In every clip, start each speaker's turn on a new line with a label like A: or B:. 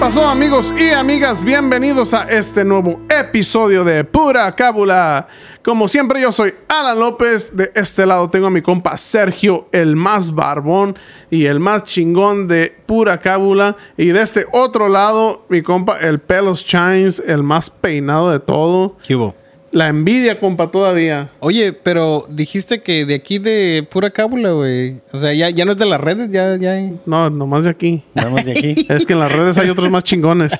A: pasó, amigos y amigas? Bienvenidos a este nuevo episodio de Pura Cábula. Como siempre, yo soy Alan López. De este lado tengo a mi compa Sergio, el más barbón y el más chingón de Pura Cábula. Y de este otro lado, mi compa, el Pelos Chines, el más peinado de todo.
B: ¿Qué hubo?
A: La envidia, compa, todavía.
B: Oye, pero dijiste que de aquí de pura cábula, güey. O sea, ya, ya no es de las redes, ya, ya.
A: No, nomás de aquí.
C: Vamos de aquí.
A: Es que en las redes hay otros más chingones.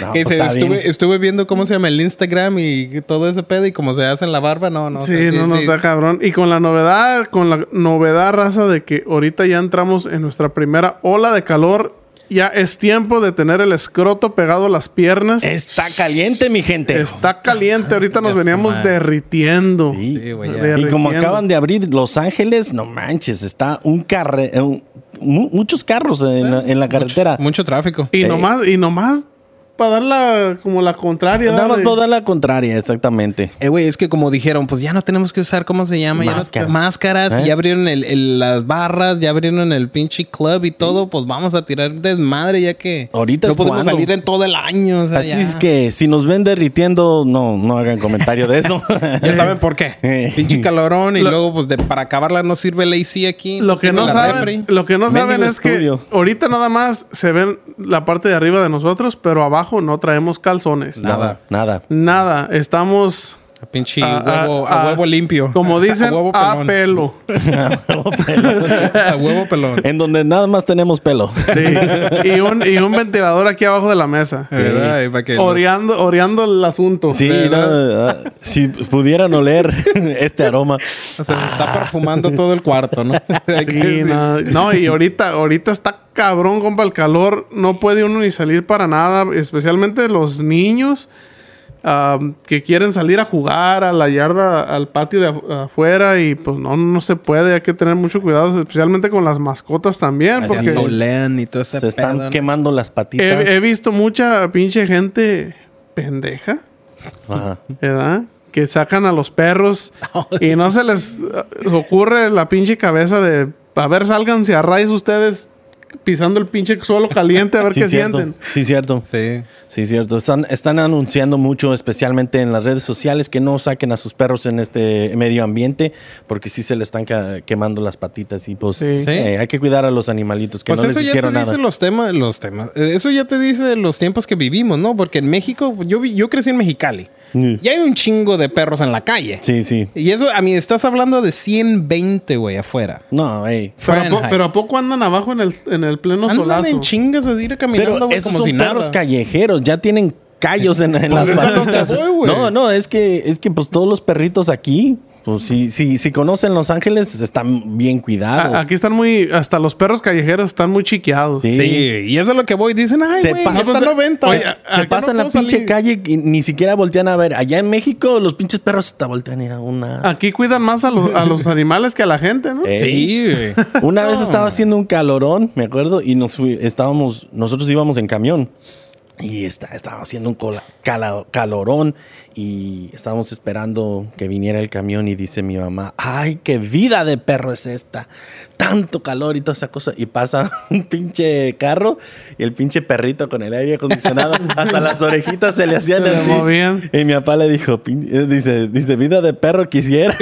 C: No,
B: Que
C: pues,
B: se-
C: está bien.
B: estuve, estuve viendo cómo se llama el Instagram y todo ese pedo y cómo se hacen la barba, no, no. o
A: Sí,
B: sea,
A: no, no, está cabrón. Y con la novedad, con la novedad raza de que ahorita ya entramos en nuestra primera ola de calor, ya es tiempo de tener el escroto pegado a las piernas.
C: Está caliente, mi gente.
A: Está caliente, ahorita nos
B: Este. Ah, Ya su
A: veníamos
B: madre.
A: derritiendo.
C: Sí.
B: Sí, güey, ya.
C: Y como
A: Derritiendo.
C: acaban de abrir Los Ángeles, no manches, está un carre, eh, un- mu- muchos carros en la, en la carretera.
B: Mucho tráfico.
A: Y
C: Ey.
A: nomás, y nomás para dar la, como la contraria.
C: Nada más
A: de-
C: puedo dar la contraria, exactamente.
B: Eh, güey, es que como dijeron, pues ya no tenemos que usar, ¿cómo se llama? Ya no-
C: Máscara.
B: máscaras.
C: ¿Eh?
B: Y ya abrieron el- el- las barras, ya abrieron el pinche club y todo. Pues vamos a tirar desmadre ya que
C: Ahorita
B: no
C: es
B: podemos
C: cuando.
B: salir en todo el año. o sea,
C: Así
B: ya.
C: es que si nos ven derritiendo, no, no hagan comentario de eso.
B: Ya saben por qué.
C: Eh.
B: Pinche calorón y
A: Lo-
B: luego, pues, de, para acabarla no sirve el AC aquí.
A: Lo que,
B: sirve
A: no
B: la
A: saben,
B: refri.
A: lo que no
C: Mendigo
A: saben es
C: estudio.
A: que ahorita nada más se ven la parte de arriba de nosotros, pero abajo no traemos calzones.
C: nada, nada.
A: Nada, estamos
B: A pinche
A: a- a-
B: huevo, a,
A: a-
B: huevo limpio.
A: Como dicen,
B: a huevo
A: a,
B: pelón.
A: pelo.
B: a huevo pelón.
C: En donde nada más tenemos pelo.
A: Sí. y, un, y un ventilador aquí abajo de la mesa.
B: ¿Verdad? Y para Eh, que los-
A: Oreando, oreando el asunto.
C: Sí,
B: ¿Verdad?
C: no, ah, si pudieran oler este aroma.
B: o sea, se está perfumando todo el cuarto, ¿no? Hay que
A: Sí,
B: decir,
A: no, no, y ahorita, ahorita está cabrón, compa, el calor. No puede uno ni salir para nada, especialmente los niños am, que quieren salir a jugar a la yarda, al patio de afu- afuera y pues no, no se puede. Hay que tener mucho cuidado, especialmente con las mascotas también.
C: Así
A: Porque
B: Se
C: es.
B: olean y todo ese
C: Se están
B: pedo, ¿no?
C: quemando las patitas.
A: he, he visto mucha pinche gente pendeja.
C: Ajá.
A: ¿verdad? Que sacan a los perros y no se les uh, ocurre la pinche cabeza de, a ver, sálganse a raíz ustedes pisando el pinche suelo caliente a ver
C: Sí,
A: qué
C: cierto.
A: sienten.
C: Sí, cierto.
B: Sí.
C: Sí, cierto. Están, están anunciando mucho, especialmente en las redes sociales, que no saquen a sus perros en este medio ambiente, porque sí se le están ca- quemando las patitas y pues
A: Sí.
C: eh, hay que cuidar a los animalitos que
B: Pues
C: no
B: eso
C: les
B: ya te
C: hicieron nada.
B: dice los temas, los temas. Eh, Eso ya te dice los tiempos que vivimos, ¿no? Porque en México, yo vi, yo crecí en Mexicali.
C: Mm.
B: Y hay un chingo de perros en la calle.
C: Sí, sí.
B: Y eso, a mí, estás hablando de 120, güey, afuera.
C: No, ey.
A: Pero a, po-
B: Fahrenheit.
A: pero ¿a poco andan abajo en el, en el pleno
B: Andan
A: solazo.
B: en chingas así de caminando,
C: Pero
B: güey,
C: esos
B: como
C: son
B: si nada.
C: perros callejeros, ya tienen callos en, en
B: Pues
C: las
B: es a lo que
C: patitas.
B: voy, güey.
C: no, no, es que, es que pues todos los perritos aquí, pues si, si, si conocen Los Ángeles, están bien cuidados.
A: A- aquí están muy, hasta los perros callejeros están muy chiqueados.
C: Sí.
B: Sí, y eso es lo que voy. Dicen, ay,
C: Se
B: güey, ya
C: pa- no,
B: está
A: pues,
B: 90.
A: oye,
B: ¿por qué
C: Se
A: Acá
B: no
C: pasan la
B: puedo
C: pinche
B: salir?
C: calle y ni siquiera voltean a ver. Allá en México los pinches perros se te voltean a ir a una.
A: Aquí cuidan más a, los- a los animales que a la gente, ¿no?
C: Eh,
B: Sí, güey.
C: Una
B: No,
C: vez estaba
B: man.
C: haciendo un calorón, me acuerdo, y nos fui- estábamos, nosotros íbamos en camión. Y está, estaba haciendo un cola- cala- calorón y estábamos esperando que viniera el camión y dice mi mamá, ay, qué vida de perro es esta, tanto calor y toda esa cosa. Y pasa un pinche carro y el pinche perrito con el aire acondicionado, hasta las orejitas se le hacían
A: Se le
C: así.
A: movían.
C: Y mi papá le dijo, "Pin- eh, dice, dice, vida de perro quisiera.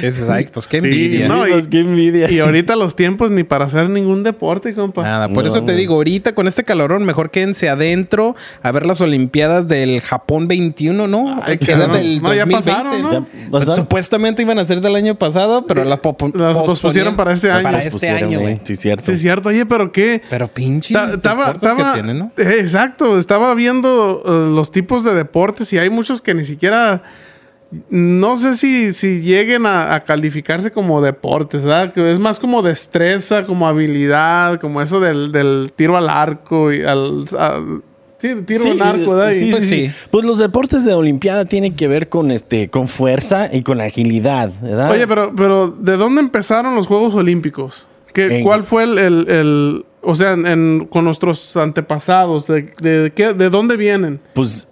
B: Dices, ay, pues qué
A: Sí,
B: envidia.
A: no, y-
C: Pues, qué envidia.
A: Y ahorita los tiempos ni para hacer ningún deporte, compa.
B: Nada, por
C: pues. No,
B: eso te
C: güey.
B: digo, ahorita con este calorón, mejor quédense adentro a ver las Olimpiadas del Japón 21, ¿no?
A: Ay,
B: que era
A: cabrón.
B: del
A: No, ya
B: 2020.
A: pasaron, ¿no?
C: Ya
B: Pues,
C: pasaron.
B: Supuestamente iban a ser del año pasado, pero las, popo-
A: Las
B: posponían-
A: pospusieron para este año.
B: Para
C: Los
B: este
C: pusieron,
B: año, güey.
C: Sí, cierto.
A: Sí, es cierto. Oye, pero qué...
B: Pero pinche.
A: Ta- Estaba,
B: deportes que
A: estaba,
B: tienen, ¿no?
A: eh, exacto, estaba viendo eh, los tipos de deportes y hay muchos que ni siquiera, no sé si, si lleguen a, a calificarse como deportes, ¿verdad? Que es más como destreza, como habilidad, como eso del, del tiro al arco y al... al- sí, tiro al arco, ¿verdad? Y-
C: sí,
B: Pues
C: sí,
B: sí.
C: sí. Pues los deportes de Olimpiada tienen que ver con este, con fuerza y con agilidad, ¿verdad?
A: Ah. Oye, pero, pero ¿de dónde empezaron los Juegos Olímpicos? ¿Qué,
C: En-
A: ¿Cuál fue el, el- el- o sea, en- en- con nuestros antepasados? ¿De, de, qué- de dónde vienen?
C: pues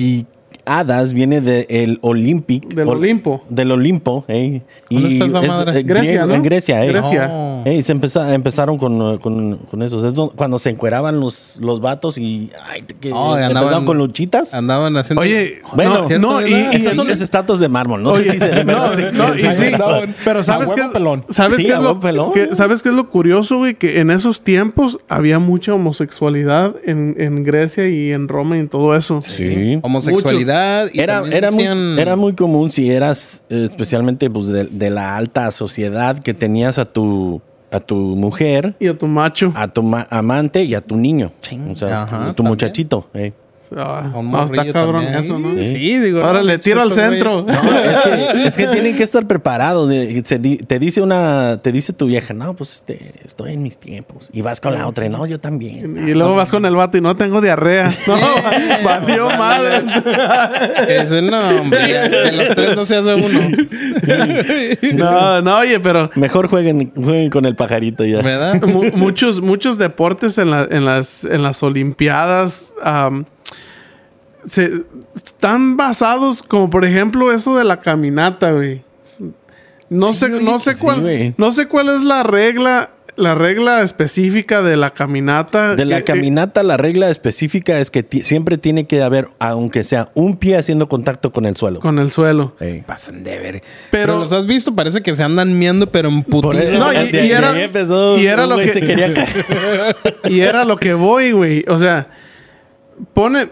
C: olimpiadas viene del Olympic.
A: Del
C: Ol-
A: Olimpo.
C: Del Olimpo, ¿eh?
B: ¿Dónde está esa madre?
C: eh,
A: Grecia,
C: griego-
A: ¿no?
C: En Grecia, ¿eh?
A: Grecia.
B: No.
C: Ey, se empeza- empezaron con, eh, con, con esos. Es don- cuando se encueraban los, los vatos y ay, te- que,
B: Oh, y
C: empezaron
B: andaban-
C: con luchitas.
B: Andaban haciendo.
A: Oye,
C: Bueno,
A: no, no, y-
B: ¿verdad?
A: y-
C: Esas son las estatuas de mármol. No
A: Oye,
C: sé si se
A: no,
C: de verdad se-
A: no, y
C: se-
A: sí,
D: Andaban
A: pero
D: a
A: sabes
D: huevo
A: qué es,
D: pelón.
A: sabes
C: Sí,
A: qué
C: a
A: es lo
C: huevo pelón.
A: que- sabes qué es lo curioso, güey, que en esos tiempos había mucha homosexualidad en, en Grecia y en Roma y en todo eso.
C: Sí.
B: homosexualidad. y
C: Era,
B: también
C: era, muy,
B: hacían-
C: era muy común si eras eh, especialmente pues, de, de la alta sociedad que tenías a tu, a tu mujer,
A: Y a tu macho.
C: a tu ma- amante y a tu niño. O sea,
B: Ajá,
C: tu- tu
B: también.
C: muchachito. eh.
A: Ah,
B: Un
A: no, está
B: morrillo
A: cabrón
B: también.
A: eso, ¿no?
B: Sí, sí, digo.
A: Ahora
B: no,
A: le
B: manches,
A: tiro al
B: eso, güey.
A: centro.
C: No, es que, es que tienen que estar preparados. de- se di- te dice una, te dice tu vieja, no, pues este, estoy en mis tiempos. Y vas con la otra, no, yo también.
A: Y luego vas con el vato y no tengo diarrea. No, valió madre.
B: Ese no, hombre. De los tres no se hace uno.
A: No, no, oye, pero
C: Mejor jueguen, jueguen con el pajarito ya.
B: ¿Verdad?
A: mu- muchos, muchos deportes en, la- en, las, en las Olimpiadas am, se, están basados, como por ejemplo, eso de la caminata, güey. No sé, no sé
C: sí,
A: cuál,
C: güey.
A: no sé cuál es la regla, la regla específica de la caminata.
C: De
A: Eh,
C: la
A: eh,
C: caminata, la regla específica es que ti- siempre tiene que haber, aunque sea un pie haciendo contacto con el suelo.
A: con el suelo.
C: Ey.
B: Pasan de ver. Pero,
A: Pero-
B: los has visto, parece que se andan miando, pero en
C: Por
B: putiza.
C: eso,
A: No, y-
C: desde
A: y
C: ahí
A: era-
C: empezó,
A: y era
C: un
A: lo
C: güey
A: que-
C: se quería caer.
A: Y era lo que voy, güey. O sea, ponen.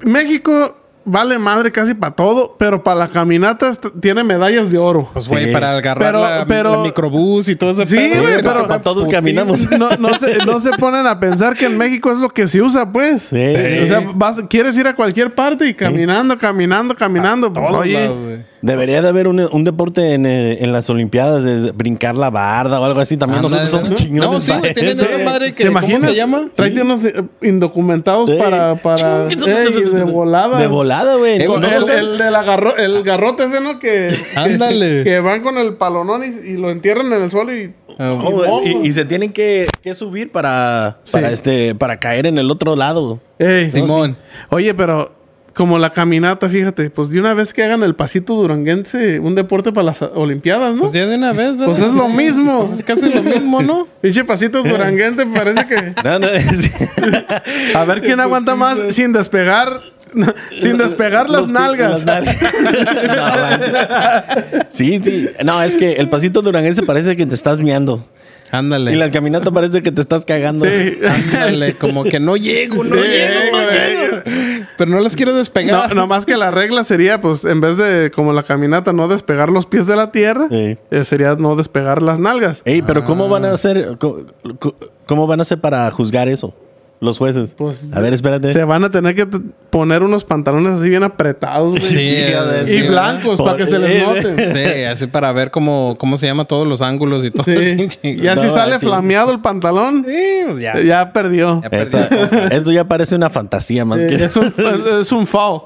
A: México vale madre casi para todo, pero para la caminata est- tiene medallas de oro.
B: Pues, güey,
C: Sí.
B: para agarrar
A: Pero-
B: la,
A: pero-
B: la microbús y todo eso.
A: Sí, güey, pero-
C: Pa' todos caminamos.
A: No, no se, no se ponen a pensar que en México es lo que se usa, pues.
C: Sí.
A: O sea, vas- quieres ir a cualquier parte y caminando, caminando, caminando. Pues, oye,
C: Debería de haber un, un deporte en, eh, en las Olimpiadas, de brincar la barda o algo así. También nosotros somos chingones.
B: No, sí, güey,
C: para
B: tienen
C: eso.
B: esa madre que.
A: ¿te imaginas?
B: ¿Cómo se llama?
A: Tráete unos eh, indocumentados
C: Sí.
A: para. para
C: Ching,
A: Ey, de volada.
C: De volada, güey.
B: Eh,
A: Con
B: güey,
A: el,
B: nosotros-
A: el, del agarro- el garrote ese, ¿no? Que,
B: Ah. Ándale.
A: que van con el palonón y, y lo entierran en el suelo y...
B: Ah,
C: Oh, güey, y, y se tienen que, que subir para, para, este, para caer en el otro lado.
A: Ey,
B: Simón.
A: Oye, pero como la caminata, fíjate, pues de una vez que hagan el pasito duranguense, un deporte para las Olimpiadas, ¿no?
B: Pues
A: Pues,
B: ya de una vez, ¿verdad?
A: es lo mismo.
B: Pues es casi lo mismo, ¿no?
A: Pinche pasito duranguense, parece que...
C: No, no, sí.
A: A ver quién aguanta más sin despegar... sin despegar las
C: Los pi-
A: nalgas.
C: las nalgas. No, man. sí, sí. No, es que el pasito duranguense parece que te estás miando.
B: Ándale.
C: Y la caminata parece que te estás cagando.
A: Sí.
B: Ándale, como que no llego, no
A: Sí,
B: llego, no
A: güey.
B: llego. Pero no las quiero
A: No,
B: despegar.
A: no más que la regla sería, pues, en vez de como la caminata, no despegar los pies de la tierra,
C: Sí.
A: eh, sería no despegar las nalgas.
C: Ey, pero ¿cómo van a hacer? co- co- ¿Cómo van a hacer para juzgar eso? Los jueces.
A: Pues,
C: a ver, espérate.
A: Se van a tener que t- poner unos pantalones así bien apretados, güey.
B: Sí,
A: y
B: sí,
A: blancos
C: ¿verdad?
A: para que se les
C: Por-
A: note.
B: Sí, así para ver cómo, cómo se llama todos los ángulos y todo. el
A: Sí.
B: pinche-
A: Ya si
C: No,
A: sale
C: ching.
A: flameado el pantalón,
B: Sí, pues ya.
A: eh, ya perdió.
B: Ya
C: Esta- esto ya parece una fantasía más
A: Eh,
C: que
A: es, un, es un foul.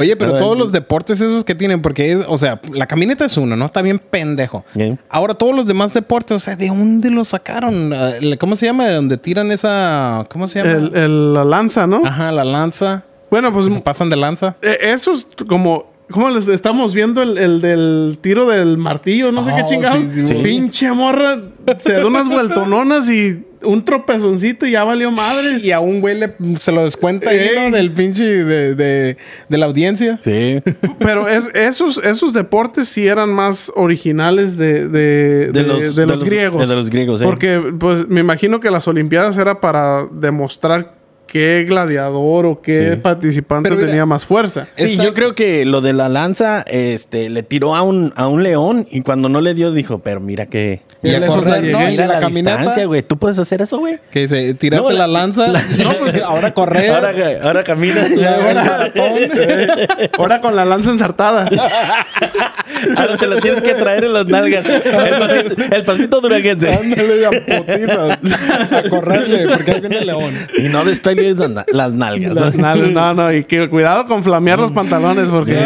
B: Oye, pero
C: Ahora,
B: todos los deportes esos que tienen, porque es, o sea, la camioneta es uno, ¿no? Está bien pendejo.
C: Bien.
B: Ahora todos los demás deportes, o sea, ¿de dónde lo sacaron? Ah, el- ¿Cómo se llama? ¿De donde tiran esa. ¿Cómo se llama?
A: El, el- la lanza, ¿no?
B: Ajá, la lanza.
A: Bueno, pues
B: Se pasan de lanza.
A: eh, eso es t- como... ¿Cómo les estamos viendo el, el del tiro del martillo? No sé qué
B: Oh,
A: chingado.
B: sí, sí, sí.
A: Pinche morra. Se da unas vueltononas y un tropezoncito y ya valió madre.
B: Y a un güey le- se lo descuenta ahí, ¿no?
A: Ey.
B: Del pinche de, de, de la audiencia.
C: Sí.
A: Pero es- esos, esos deportes sí eran más originales de, de- de-
C: los-
A: de
C: de
A: los
C: los-
A: griegos.
C: de los griegos, eh.
A: Porque pues, me imagino que las Olimpiadas era para demostrar qué gladiador o qué
C: Sí.
A: participante
B: Pero eh, mira-
A: tenía más fuerza.
C: Sí,
B: Esa-
C: yo creo que lo de la lanza, este, le tiró a un, a un león y cuando no le dio dijo, pero mira que...
A: Y
B: Y a
A: lejos la
B: correr,
A: llegué.
B: ¿no? Y
C: mira
B: de la,
C: la,
B: caminata.
C: distancia, güey. ¿Tú puedes hacer eso, güey?
B: Que dice, tiraste
C: No,
B: la,
C: la-
B: lanza. no, pues ahora correr.
C: Ahora, ahora camina.
A: Ahora, ahora con la lanza ensartada.
C: Ahora te lo tienes que traer en las nalgas. El pasito, el pasito duranguense.
B: Ándale a putitas. A correrle, porque ahí viene el león.
C: Y no despegues las na- las nalgas.
A: Las nalgas, no, no, y que- cuidado con flamear los pantalones porque...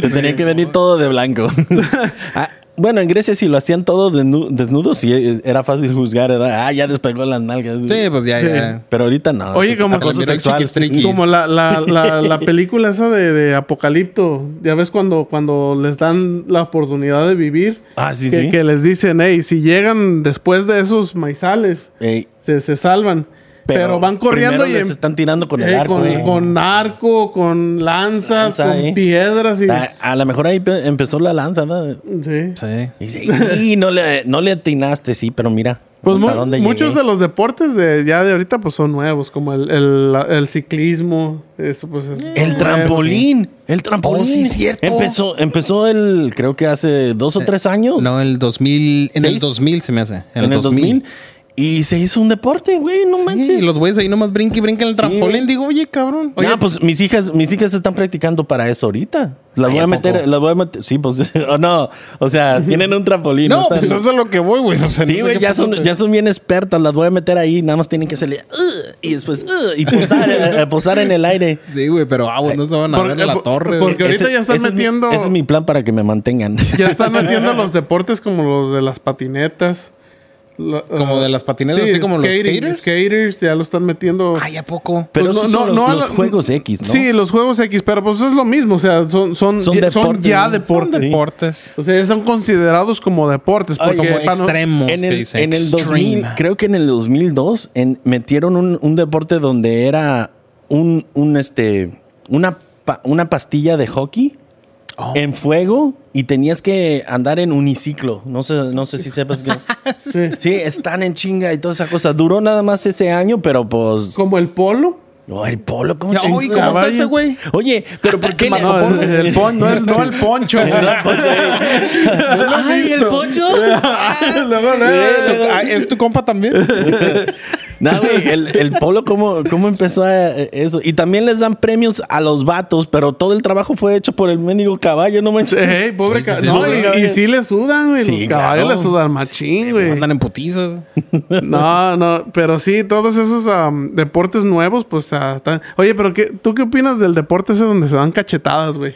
C: Te tenía que venir todo de blanco. Ah, Bueno, en Grecia si lo hacían todos desnu- desnudos, sí, eh, era fácil juzgar, ¿verdad? Ah, ya despegó las nalgas.
B: Sí, pues ya,
A: Sí.
B: ya.
C: Pero ahorita no.
A: Oye,
C: eso es
A: como-
C: acoso
B: También hay
C: sexual.
B: chiquistriquis.
A: Como la, la, la, la película esa de, de Apocalipto. Ya ves cuando, cuando les dan la oportunidad de vivir.
C: Ah, sí,
A: que,
C: sí.
A: que les dicen, hey, si llegan después de esos maizales,
C: Ey,
A: se, se salvan. Pero, van corriendo y
C: primero les
A: em-
C: están tirando con el
A: eh,
C: arco.
A: con,
C: eh.
A: con arco, con lanzas,
C: Lanza,
A: con
C: eh.
A: piedras y...
C: A, a lo mejor ahí pe- empezó la lanza, ¿no?
A: Sí.
B: Sí.
C: Y, dice, "Y no, le, no le atinaste, sí, pero mira.
A: Pues
C: ¿hasta
A: mu-
C: dónde
A: muchos
C: llegué?"
A: de los deportes de ya de ahorita pues son nuevos, como el, el- la- el ciclismo, eso pues es
C: El
A: nuevo.
C: trampolín, el trampolín.
B: Oh, sí, cierto. Eh,
C: Empezó, empezó el, creo que hace dos o tres años.
B: No, el 2000. En el
C: ¿Seis?
B: 2000 se me hace.
C: en el 2000. Y se hizo un deporte, güey, no
B: Sí, y
C: manches.
B: los güeyes ahí nomás brinca y brinca en el trampolín.
C: güey.
B: Digo, oye, cabrón.
C: Nah, pues mis hijas, mis hijas están practicando para eso ahorita. Las
B: Ay,
C: voy
B: ¿a
C: a meter,
B: poco?
C: las voy a meter. Sí, pues, o no. O sea, tienen un trampolín.
B: no,
C: están-
B: pues eso es lo que voy, güey. O sea, no
C: Sí,
B: sé
C: güey,
B: qué
C: ya
B: pasó,
C: son,
B: güey.
C: ya son bien expertas. Las voy a meter ahí. Nada más tienen que salir "Ugh", y después "Ugh", y posar, eh, eh, posar en el aire.
B: Sí, güey, pero ah, güey, no se van a
A: Porque-
B: ver a la
A: por-
B: torre.
A: porque-
B: güey.
A: ahorita ya están
C: es mi-
A: metiendo-
C: ese es mi plan para que me mantengan.
A: Ya están metiendo los deportes como los de las patinetas. la-
B: ¿Como
A: ah,
B: de las patinetas, así como los skaters?
A: skaters, ya lo están metiendo.
B: Ay, ¿a poco?
C: Pero
A: Pues
C: esos
A: no- no-
C: son los,
A: no a
C: los
A: la-
C: juegos X, ¿no?
A: Sí, los juegos X, pero pues es lo mismo, o sea, son, son,
C: Son
A: ya, son
C: deportes,
A: ya
C: ¿no?
A: deportes.
B: Son
C: Sí.
B: deportes.
A: O sea, ya son considerados como deportes.
C: Ay,
A: Porque
B: Como
A: para no-
B: extremos.
C: En
B: que
C: el,
B: dicen,
C: en el
B: extreme.
C: 2000, creo que en el 2002, en- metieron un, un deporte donde era un, un, este, una, pa- una pastilla de hockey
A: Oh.
C: en fuego y tenías que andar en uniciclo. No sé, no sé si sepas que...
A: sí.
C: sí, están en chinga y toda esa cosa. Duró nada más ese año, pero pues...
A: Como el polo.
C: Oh, el polo, ¿cómo
B: Ya,
C: chingada,
B: oye, ¿cómo está
C: vaya?
B: ese güey?
C: Oye, pero ¿por qué...
A: No, el, el pon- no, el, no el poncho.
C: Ay, el poncho.
A: Luego, luego,
B: Eh, ah, ¿Es tu compa también?
C: No, güey, el, el polo, ¿cómo, cómo empezó a- eso? Y también les dan premios a los vatos, pero todo el trabajo fue hecho por el mendigo caballo, no manches.
A: Ey, pobre
B: Sí, sí,
A: ca-
B: sí.
A: No,
C: Pobre
A: y- y,
C: caballo.
A: sí le sudan, güey.
C: Sí,
A: los caballos
C: claro.
A: le sudan machín, güey.
B: Andan en putizos.
A: No, no, pero sí, todos esos am, deportes nuevos, pues ah, están. Oye, pero qué, ¿tú qué opinas del deporte ese donde se dan cachetadas, güey?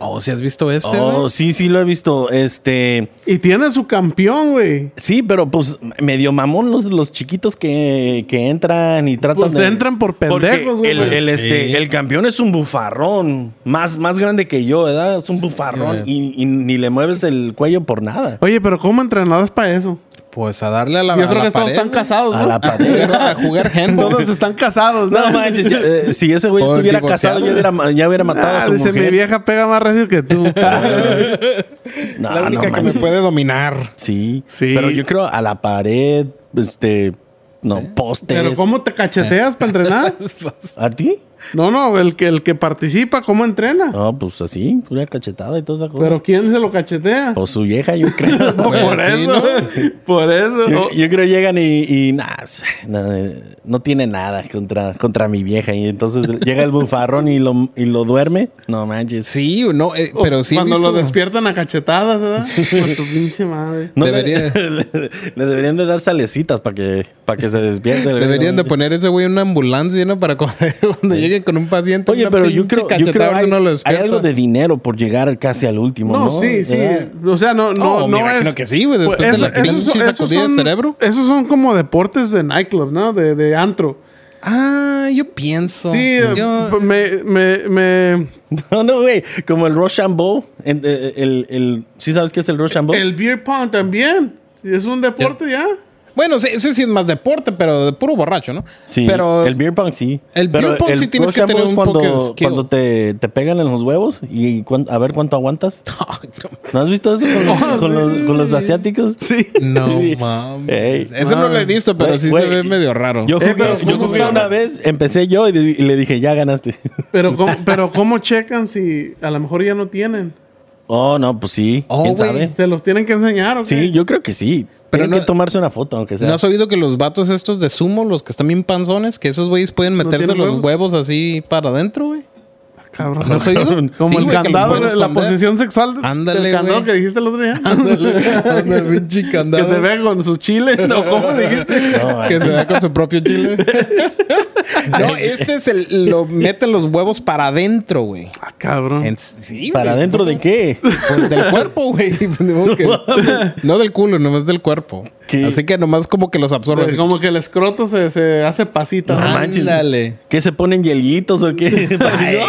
B: Oh, si has visto ese, güey?
C: Oh, sí, sí, lo he visto. Este.
A: Y tiene su campeón, güey.
C: Sí, pero pues medio mamón los, los chiquitos que, que entran y tratan
A: Pues entran por
C: Porque
A: pendejos, güey.
C: El, el, este,
B: Sí.
C: el campeón es un bufarrón. Más, más grande que yo, ¿verdad? Es un bufarrón. Y, y ni le mueves el cuello por nada.
A: Oye, pero ¿cómo entrenarás para eso?
B: Pues a darle a la
A: Yo
B: a
A: creo
B: la
A: que todos
B: pared,
A: están
B: güey.
A: casados,
C: A
A: ¿no?
C: la
B: A
C: pared.
B: jugar, a jugar handball.
A: Todos están casados, ¿no?
C: No manches, yo, eh, si ese güey
B: Por
C: estuviera
B: divorciado.
C: casado, ya hubiera, ma- ya hubiera matado a
A: Ah,
C: su
A: dice, mi
C: mujer.
A: vieja pega más recio que tú.
C: Ah, No,
B: la única
C: no
B: que me
C: manches.
B: puede dominar.
C: Sí,
A: Sí.
C: Pero yo creo a la pared, este, no, postes.
A: pero ¿cómo te cacheteas para entrenar?
C: ¿A ti?
A: No, no, el que, el que participa, ¿cómo entrena?
C: No, pues así, una cachetada y toda esa cosa.
A: Pero ¿quién se lo cachetea?
C: o su vieja, yo creo.
A: No,
B: Pues,
A: por,
B: sí,
A: eso, por eso.
C: Yo,
A: Oh,
C: yo creo llegan y, y nah, pues, no, eh, no tiene nada contra, contra mi vieja. Y entonces llega el bufarrón y lo, y lo duerme. No manches.
B: Sí, no, eh,
A: oh,
B: pero sí. he
A: Cuando
B: visto-
A: lo despiertan a cachetadas, ¿verdad? Con tu pinche madre.
C: No,
B: Debería-
C: Le, le deberían de dar salecitas para que, para que se despierte.
B: Deberían de poner ese güey en una ambulancia, ¿no? Para cuando, cuando llegue con un paciente.
C: Oye,
B: una
C: pero yo
B: pinche
C: creo, yo
B: cachetada,
C: creo
B: a ver
C: hay,
B: si no lo
C: hay
B: despierta.
C: algo de dinero por llegar casi al último.
A: No,
C: No,
A: sí, sí.
C: ¿Verdad?
A: O sea, no, no,
B: Oh,
A: no
B: me imagino
A: es. pues
B: que sí, güey, después de la pinche sacudida de cerebro.
A: esos son como deportes de nightclub, ¿no? De, de antro.
B: Ah, yo pienso.
A: Sí, eh,
B: Yo-
A: me, me, me-
C: No, no, güey. Como el Rochambeau. El, eh, el, el- ¿Sí sabes qué es el Rochambeau?
B: Pues
A: El beer pong también. Es un deporte ya.
B: Bueno, sí- ese sí es más deporte, pero de puro borracho, ¿no?
C: sí,
B: Pero
C: el beer pong sí.
B: el beer pong sí tienes que
C: Rochambeau
B: tener
C: es
B: un poco de
C: cuando,
B: skill.
C: cuando te, te pegan en los huevos y cuan- a ver cuánto aguantas.
B: Ay,
C: ¿No has visto eso con los,
A: Oh,
C: con los-
A: sí.
C: con los asiáticos?
A: Sí.
B: No no mames.
C: Ey,
B: ese no lo he
C: mames.
B: visto, pero
C: Güey,
B: sí
C: güey,
B: se ve medio raro.
C: Yo jugué,
A: Eh, pero
C: yo
A: ¿cómo
C: jugué
A: sabe?
C: una vez, empecé yo y, di- y le dije, ya ganaste.
A: Pero ¿cómo, pero ¿cómo checan si a lo mejor ya no tienen?
C: Oh, no, pues sí.
B: Oh,
C: ¿Quién
B: güey.
C: sabe?
A: Se los tienen que enseñar, ¿o qué?
C: Sí, yo creo que sí.
B: Pero
C: Pero
B: no-
C: que tomarse una foto, aunque sea.
B: ¿No has oído que los vatos estos de sumo, los que están bien panzones, que esos güeyes pueden meterse
A: tienen huevos?
B: los huevos? así para adentro, güey?
A: Cabrón.
B: ¿No has oído?
A: Como
B: Sí,
A: el
B: güey, que los
A: candado,
B: pueden
A: de la
B: esconder.
A: posición sexual de-
B: Ándale,
A: del candado
B: güey.
A: que dijiste el otro día.
B: Ándale, pinche
A: que
B: candado.
A: te vea con sus chiles, ¿no? ¿Cómo dijiste?
C: No,
B: Que se da con su propio chile. no, este es el. Lo meten los huevos para adentro, güey.
A: Ah, cabrón.
B: En- sí,
C: ¿Para
B: güey,
C: dentro de qué?
B: Pues del cuerpo, güey. Pues de modo que- no del culo, nomás del cuerpo.
C: ¿Qué?
B: Así que nomás como que los absorbe.
A: Es
B: así.
A: Pues como que el escroto se, se hace Ah, pasita.
C: No
A: ¿no?
C: manches.
B: Ándale.
C: ¿Qué se ponen hielitos o qué? Ay, güey.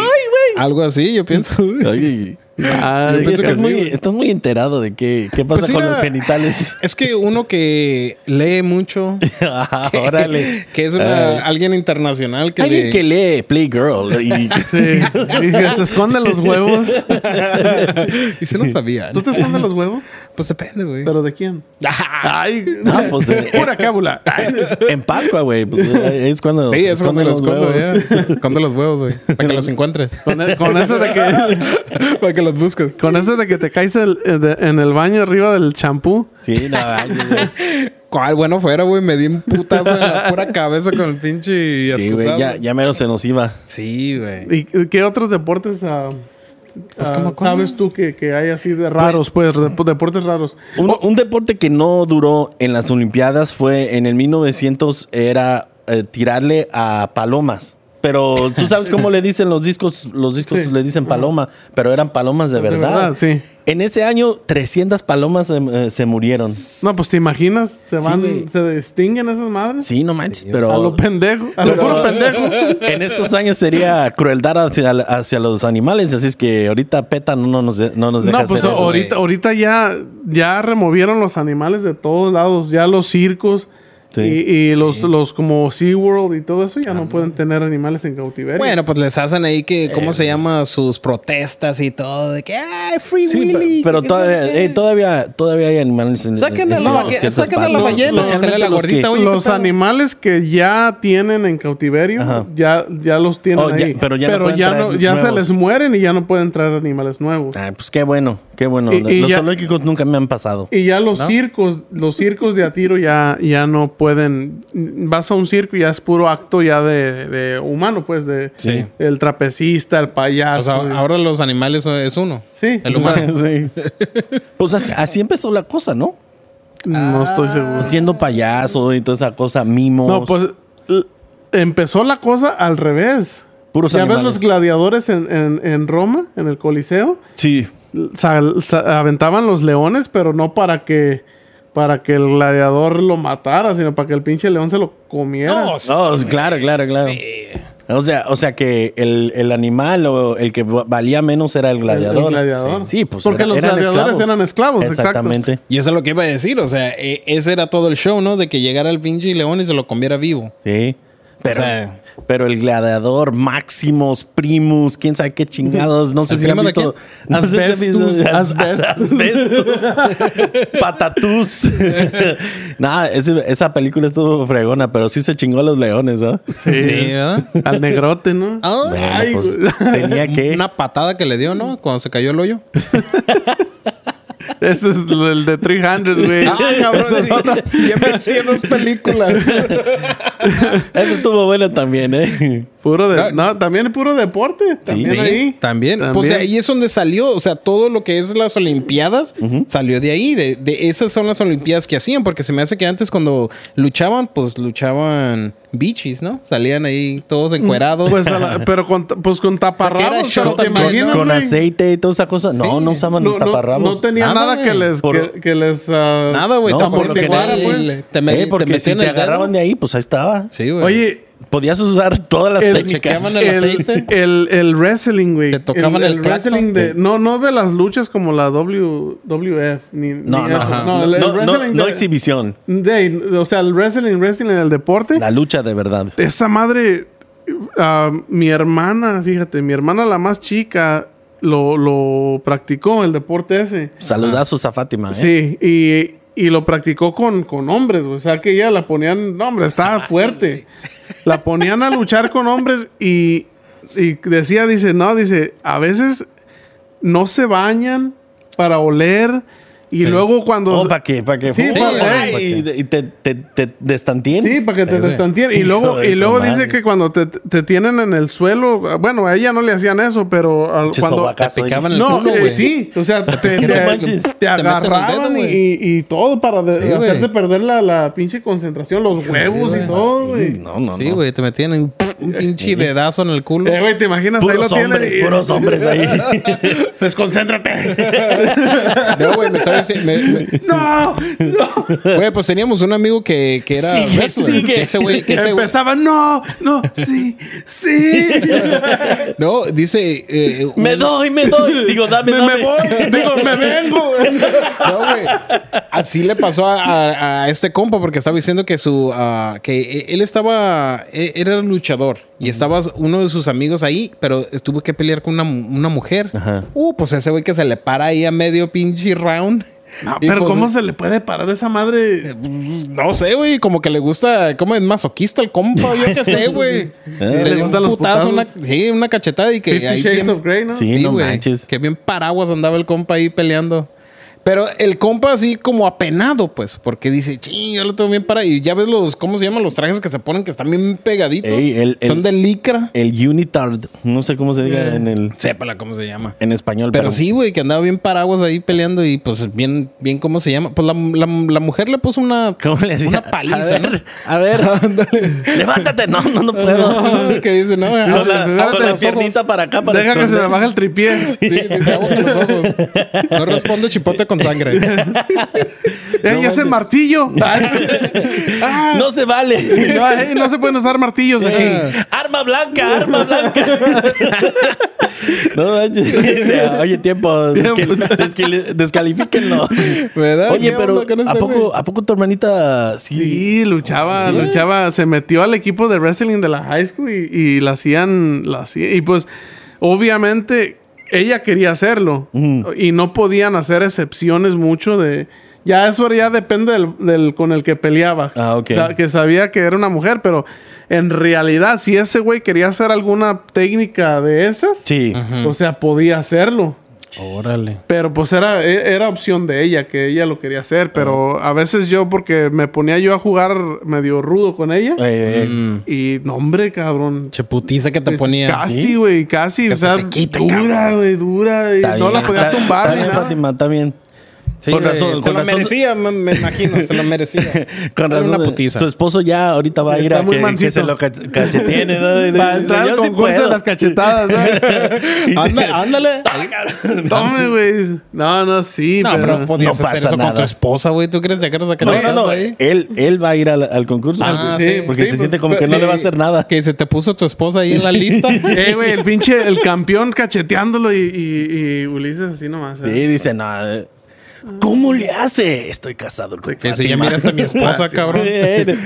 B: Algo así, yo pienso.
C: Ay,
A: Ah,
C: Oye,
A: de-
B: pienso que
C: estás,
B: sí,
C: muy,
B: güey.
C: estás muy enterado de qué, qué pasa
B: Pues
C: con
B: mira.
C: los genitales.
B: Es que uno que lee mucho,
C: Órale.
B: que es una- alguien internacional que
C: Alguien
B: le-
C: que lee Playgirl y
A: sí. Y se se esconden los huevos.
B: Dice, no sabía.
A: ¿Tú te escondes los huevos?
B: Pues depende, güey.
A: ¿Pero de quién? Ay,
C: No, pues, eh,
A: pura cábula.
C: en Pascua, güey. pues, eh, es cuando
B: Sí, es cuando
C: esconden
B: los escondo,
C: huevos.
B: ya. Escondo los huevos, güey. Para que los encuentres.
A: Con, e- con eso de que
B: Para que los busques.
A: con eso de que te caes el- eh, de- en el baño arriba del champú.
C: Sí, no, ay, güey.
B: ¿Cuál bueno fuera, güey? Me di un putazo en la pura cabeza con el pinche
C: Sí, güey,
B: excusado.
C: ya, ya mero se nos iba.
B: Sí, güey.
A: ¿Y qué otros deportes ah, ah,
B: ¿cómo, cómo?
A: sabes tú que, que hay así de raros? Pues, dep- deportes raros.
C: Un, un deporte que no duró en las Olimpiadas fue en el 1900 era eh, tirarle a palomas. Pero tú sabes cómo le dicen los discos, los discos
A: Sí.
C: le dicen paloma, pero eran palomas de
A: De
C: verdad.
A: verdad, sí.
C: En ese año 300 palomas em, eh, se murieron.
A: No, pues te imaginas, se van,
C: güey.
A: se distinguen esas madres.
C: Sí, no manches,
A: A lo
C: pero
A: pendejo, a lo puro pendejo.
C: en estos años sería crueldad hacia, hacia los animales, así es que ahorita PETA no nos, de- no nos deja
A: No, pues
C: hacer eso.
B: ahorita-
A: ahorita, ahorita ya, ya removieron los animales de todos lados, ya los circos
C: Sí.
A: y, y los, los como SeaWorld y todo eso ya no pueden tener animales en cautiverio.
B: Bueno, pues les hacen ahí que,
C: Eh,
B: ¿cómo se llama? Sus protestas y todo. De que, ¡ay, Free
C: Sí, pe-
B: Willy!
C: pero
B: que
C: todavía,
B: quién sabe qué".
C: eh, todavía, todavía hay animales en
B: Saquen a
C: en-
B: la
C: en
B: balle-
C: ciertas
B: saquen a la
C: partes.
A: ballena,
C: Los-
B: sale la
C: los que-
B: gordita, oye, ¿qué
A: los
B: pedo?
A: animales que ya tienen en cautiverio
C: Ajá.
A: ya, ya los tienen
C: Oh, ya-
A: ahí.
C: pero ya no pueden
A: ya,
C: traer
A: no- ya se
C: nuevos.
A: les mueren y ya no pueden traer animales nuevos.
C: Ah, pues qué bueno, qué bueno.
A: Y- y
C: los
A: ya-
C: zoológicos nunca me han pasado.
A: Y ya los circos, los circos de a tiro ya, ya no pueden. Vas a un circo y ya es puro acto ya de, de humano, pues, de
C: Sí.
A: el trapecista, el
B: Ah,
C: Ah,
B: O sea,
A: payaso.
B: ahora los animales son- es uno.
A: sí.
B: el humano.
C: Sí. Pues así, así empezó la cosa, ¿no?
A: No estoy seguro.
C: Siendo payaso y toda esa cosa, mimos.
A: No, pues l- empezó la cosa al revés.
C: Puros
A: ya ves
C: animales.
A: los gladiadores en, en- en Roma, en el Coliseo,
C: Sí.
A: sal- sa- aventaban los leones, pero no para que para que el gladiador lo matara, sino para que el pinche león se lo comiera.
B: No,
C: No, claro, claro, claro. O sea, o sea que el, el animal o el que va- valía menos era el gladiador.
A: El gladiador.
C: Sí, pues
A: Porque
C: era-
A: los gladiadores eran esclavos, exacto.
C: Exactamente.
B: Y eso es lo que iba a decir. O sea, e- ese era todo el show, ¿no? De que llegara el pinche león y se lo comiera vivo.
C: Sí. Pero,
B: O sea-
C: pero el gladiador, Maximus, Primus, quién sabe qué chingados, no sé
B: ¿El
C: si han
B: primo de
C: visto.
B: quién?
C: No sé si han visto-
A: Asbestus,
C: as-
A: asbestos.
C: as- asbestos, Patatús. Nada, ese- esa película estuvo fregona, pero sí se chingó a los leones, ¿ah? ¿no?
A: Sí.
B: ¿verdad?
A: Al negrote, ¿no?
B: Ah,
C: Bueno,
A: Ay,
C: pues,
A: güey.
C: tenía que.
B: Una patada que le dio, ¿no? Cuando se cayó el hoyo.
A: Ese es el de 300, güey.
B: Ah,
A: Esa es otra.
B: Ya pensé dos películas.
C: Esa estuvo buena también, ¿eh?
A: Puro de, no, también puro deporte. También
B: Sí,
A: ahí.
B: También. Pues de ahí es donde salió, o sea, todo lo que es las Olimpiadas salió de ahí. De, de esas son las Olimpiadas que hacían, porque se me hace que antes cuando luchaban, pues luchaban bichis, ¿no? Salían ahí todos encuerados.
A: Pues a la- pero con, ta- pues con taparrabos.
B: O sea, que
A: ¿te
B: era show también,
A: imaginas,
C: con
A: güey?
C: aceite y toda esa cosa. No,
B: Sí.
C: no usaban
A: No, no,
C: taparrabos.
A: no tenía
B: Nada,
A: nada, que
B: güey.
A: les...
C: Por-
A: Que, que les ah,
B: Nada, güey.
C: No,
B: tampoco
C: por lo
B: te
A: general,
B: guardan,
A: pues.
B: le- Te,
C: Eh,
B: me-
C: porque
B: te
C: si
B: metían
C: te
B: el dedo.
C: agarraban de ahí, pues ahí estaba.
B: Sí, güey.
A: Oye,
C: Podías usar todas las
A: El-
C: técnicas.
B: chequeaban el
A: el,
B: aceite.
A: el, el wrestling, güey.
B: Te tocaban el claxon.
A: wrestling de... No, no de las luchas como la W, WF. Ni,
C: No,
A: ni
C: no,
A: eso.
C: ajá.
A: no, el, el
C: No, no,
A: wrestling
C: no
A: de-
C: exhibición.
A: de- o sea, el wrestling, wrestling en el deporte.
C: La lucha de verdad.
A: Esa madre, ah, mi hermana, fíjate, mi hermana la más chica lo, lo practicó, el deporte ese.
C: Saludazos a Fátima. ¿eh?
A: Sí, y, y lo practicó con, con hombres, güey. o sea que ella la ponían, no hombre, estaba fuerte. La ponían a luchar con hombres y, y decía, dice, no, dice, a veces no se bañan para oler y luego cuando...
C: Oh, ¿para qué? ¿Para qué?
A: Sí,
C: Oh,
A: pa'
C: ay,
B: qué.
C: y de- y te, te, te destantien.
A: Sí, para que te
B: Eh, güey.
A: destantien. Y
C: Hijo
A: luego,
C: de
A: y
C: su
A: luego
C: madre.
A: dice que cuando te, te tienen en el suelo, bueno, a ella no le hacían eso, pero al-
C: Pinches
A: cuando...
C: sobacas, oye.
B: picaban el
A: No,
B: culo,
A: eh,
B: güey.
A: sí, o sea, te, te-
C: no manches.
A: te
B: Te meten el
A: agarraban
B: dedo,
A: y,
B: güey.
A: y todo para de-
B: Sí,
A: hacerte
B: güey.
C: pues,
A: perder la, la pinche concentración, los huevos y
B: güey.
A: todo, güey.
C: No, no,
B: sí,
C: no.
B: güey, te metían en... un pinche dedazo en el culo.
A: Eh, güey, ¿te imaginas? ahí lo
C: Puros
A: tiene.
C: hombres,
A: y-
C: puros hombres ahí.
A: Desconcéntrate.
B: No, güey, me estaba dici- me- me-
A: ¡No! ¡No!
B: Güey, pues teníamos un amigo que, que era
C: Sigue,
B: wrestler.
C: sigue.
B: Que ese güey, que ese güey-
A: Empezaba, no, no, sí, sí.
B: No, dice. eh, un-
C: me doy, me doy. Digo, dame,
A: me,
C: dame.
A: me voy, digo, me vengo.
B: No, güey. Así le pasó a, a- a este compa porque estaba diciendo que su ah, que e- él estaba e- era luchador y estaba uno de sus amigos ahí, pero tuvo que pelear con una, mu- una mujer.
C: Ajá.
B: Uh, pues ese güey que se le para ahí a medio pinche round.
A: No,
B: Y
A: pero
B: pues,
A: ¿cómo se le puede parar esa madre?
B: No sé, güey, como que le gusta, como es masoquista el compa, yo qué sé, güey.
A: le
B: dio un
A: gustan los
B: una,
A: putazos.
B: sí, una cachetada y que
A: Fifty
B: ahí
A: Shades
B: bien-
A: of Grey, ¿no?
C: Sí. no manches.
B: Que bien paraguas andaba el compa ahí peleando. Pero el compa así como apenado, pues, porque dice, ching, yo lo tengo bien para. Y ya ves los, ¿cómo se llaman los trajes que se ponen que están bien pegaditos?
C: Ey, el- el-
B: Son de licra.
C: El unitard, no sé cómo se diga en el
B: Sépala cómo se llama.
C: en español,
B: Eh. Pero sí, güey, que andaba bien paraguas ahí peleando y pues bien, bien, ¿cómo se llama? Pues la, la- la mujer le puso una,
C: ¿Cómo le decía?
B: una paliza,
C: A
B: ¿no?
C: ver, a ver. levántate. No, no, no puedo.
B: que dice, no,
C: Con
B: ah,
C: la, con la
A: Espérate los ojos.
C: piernita para acá para
A: Deja que se me
C: esconder.
A: baje el tripié.
B: sí, dice, "Agua con los ojos". No respondo chipote con sangre.
A: Eh, ¿Y ese martillo? Ah,
C: No se vale.
A: no, eh, no se pueden usar martillos aquí.
C: Arma blanca, arma blanca. no manches. Oye, tiempo. desquil- desquil- Descalifíquenlo.
B: ¿Verdad?
C: Oye,
B: ¿Qué
C: pero
B: onda con
C: ¿a
B: este
C: poco,
B: güey?
C: ¿a poco tu hermanita sí?
A: Sí, luchaba, luchaba. Se metió al equipo de wrestling de la high school y, y la hacían, la hacía- Y pues, obviamente, ella quería hacerlo. Y no podían hacer excepciones mucho de... Ya eso era- ya depende del, del- con el que peleaba.
C: Ah, ok.
A: Sa- que sabía que era una mujer, pero en realidad, si ese güey quería hacer alguna técnica de esas,
C: Sí.
A: o sea, podía hacerlo.
B: Órale.
A: Pero pues era, e- era opción de ella, que ella lo quería hacer. Pero a veces yo, porque me ponía yo a jugar medio rudo con ella.
C: Eh,
A: Y no, hombre, cabrón.
B: Cheputiza Mm. que te
A: Pues,
B: ponía.
C: ah,
A: Casi, güey, casi.
B: Que
A: o sea,
B: se te quite,
A: dura,
B: cabrón.
A: güey, dura. Y
C: está
A: no la
C: bien.
A: podía
C: Está-
A: tumbar
C: Está
A: ni
C: bien,
A: nada.
C: Fátima, está bien. Sí,
B: Con
C: eh,
B: razón,
C: con razón-
B: me, imagino, se lo merecía.
C: Con razón,
B: una
C: eh,
B: putiza.
C: Su esposo ya ahorita va
A: Sí,
C: a ir
A: está
C: a
A: muy
C: que, que
A: mansito.
C: se lo cach- cachetiene. ¿no?
A: Para entrar al
C: Yo sí
A: concurso de
C: puedo.
A: las cachetadas, ¿no?
B: Anda- ándale.
A: Tome, güey. No, no, sí,
B: No,
A: pero...
B: pero podías
C: No pasa
B: hacer eso
C: nada.
B: con tu esposa, güey. ¿Tú crees que acaso sacar
C: No,
B: eso
C: no, eh, no.
B: ahí?
C: Él, él va a ir al, al concurso.
B: Ah,
C: porque,
B: sí,
C: porque
A: sí,
C: se
A: pues,
C: siente como que no le va a hacer nada.
B: Que se te puso tu esposa ahí en la lista.
A: Eh, güey, el pinche, el campeón cacheteándolo y, y- y Ulises así nomás.
C: Sí,
A: ¿eh?
C: dice, no. eh, ¿Cómo le hace? Estoy casado con
B: Que si
C: Fátima.
B: ya miraste
A: este
B: a mi esposa, cabrón.
C: Eh,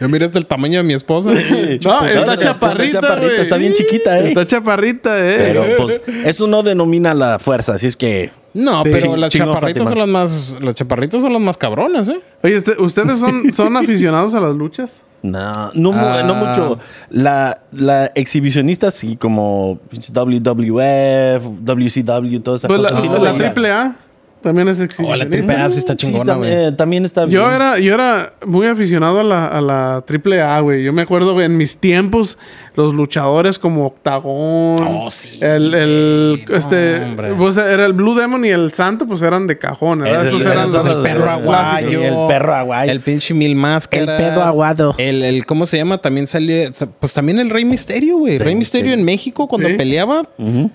B: Ya miraste el tamaño de mi esposa.
A: No, está
C: pues, está
A: chaparrita,
C: chaparrita,
A: güey.
C: está bien chiquita, eh.
A: Está chaparrita, eh.
C: Pero pues eso no denomina la fuerza, así es que
B: No,
A: Sí.
B: pero las
C: Chingo,
B: chaparritas
C: Fátima.
B: son las más. Las chaparritas son las más cabronas, ¿eh?
A: Oye, este- ¿ustedes son, son aficionados a las luchas?
C: no, no, mu-
B: Ah.
C: no mucho. La, la exhibicionista sí, como pinche WWF, WCW, todas esas
A: Pues la,
C: cosas. sí
A: la-
C: lo
A: la
C: veía.
A: triple A también es
B: O la
A: exhibicionista.
B: triple A sí está
C: Sí,
B: chingona,
C: tam-
B: güey.
C: eh, también está bien.
A: Yo era, yo era muy aficionado a la, a la triple A, güey. Yo me acuerdo güey, en mis tiempos, los luchadores como Octagón.
B: Oh, sí.
A: El, el-
B: No,
A: este,
B: hombre.
A: pues, era el Blue Demon y el Santo, pues eran de cajón, ¿verdad? Esos
C: Esos eran
A: eran
C: esos
A: los
B: el
C: los
B: perro
A: clásicos.
B: aguayo.
C: El perro aguayo.
B: El pinche mil máscaras.
C: El pedo aguado.
B: El, el- ¿cómo se llama? También salió, sa- pues también el Rey Misterio, güey. Rey, Misterio en México cuando
A: Sí.
B: peleaba,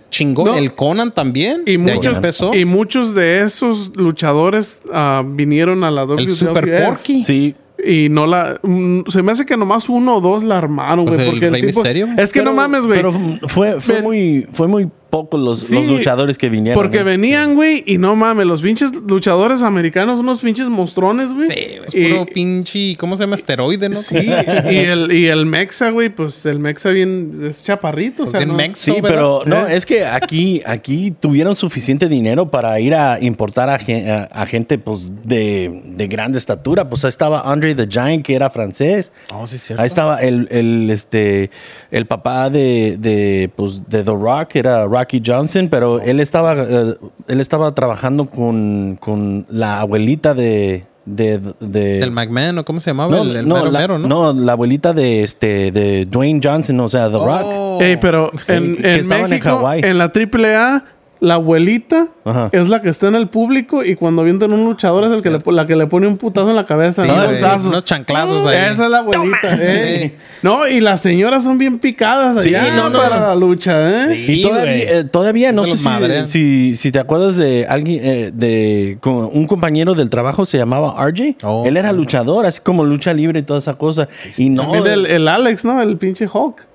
B: chingón.
A: No.
B: El Conan también.
A: Y
B: de ahí
A: muchos,
B: empezó.
A: y muchos de esos luchadores ah, vinieron a la WWE.
B: el Super Porky.
C: Sí,
A: Y no la. mm, se me hace que nomás uno o dos la armaron,
B: Pues
A: güey.
B: el
A: Porque el
B: Rey
A: tipo-
B: Misterio.
A: Es que no mames, güey.
C: Pero fue, fue,
A: Ven-
C: muy, fue muy poco los,
A: Sí,
C: los luchadores que vinieron.
A: Porque
C: ¿eh?
A: venían, güey, y no mames, los pinches luchadores americanos, unos pinches mostrones, güey.
B: Sí, es
A: Y-
B: puro pinche, ¿cómo se llama? Esteroide, ¿no?
A: Sí, y el, y el Mexa, güey, pues el Mexa bien es chaparrito, o sea,
B: Bien
A: no-
B: mex.
C: Sí,
B: ¿verdad?
C: pero no,
A: ¿Eh?
C: es que aquí, aquí tuvieron suficiente dinero para ir a importar a, gen- a- a gente pues, de, de grande estatura. Pues ahí estaba Andre the Giant, que era francés.
B: Oh, sí, es
C: Ahí estaba el, el, este, el papá de, de, pues, de The Rock, que era Rocky Johnson, pero
A: Pues.
C: él estaba, eh, él estaba trabajando con, con la abuelita de... de, de
B: El McMahon, ¿o ¿cómo se llamaba? Ah, el el mero
C: la,
B: mero, ¿no?
C: no, la abuelita de, este, de Dwayne Johnson, o sea, The Rock.
B: Oh.
A: Ey, pero
C: Que
A: en, en
C: estaban en
A: México,
C: Hawái.
A: en, la AAA, La abuelita
C: Ajá.
A: es la que está en el público y cuando avientan un luchador es el que le, po- la que le pone un putazo en la cabeza.
B: Sí,
A: ¿no?
B: güey,
A: Putazo.
B: unos chanclazos ahí.
A: Esa es la abuelita. ¿eh? No, y las señoras son bien picadas
C: Sí,
A: allá
C: no, no,
A: para
C: no.
A: la lucha. ¿eh?
C: Y
B: Sí,
C: todavía,
B: güey.
C: eh, todavía no
B: Te
C: sé
B: los
C: si,
B: madrean.
C: si, si te acuerdas de alguien, eh, de como un compañero del trabajo se llamaba RJ.
B: Oh,
C: Él era
B: sí.
C: luchador, así como lucha libre y toda esa cosa. Y no. eh.
A: También el, el Alex, ¿no? El pinche Hulk.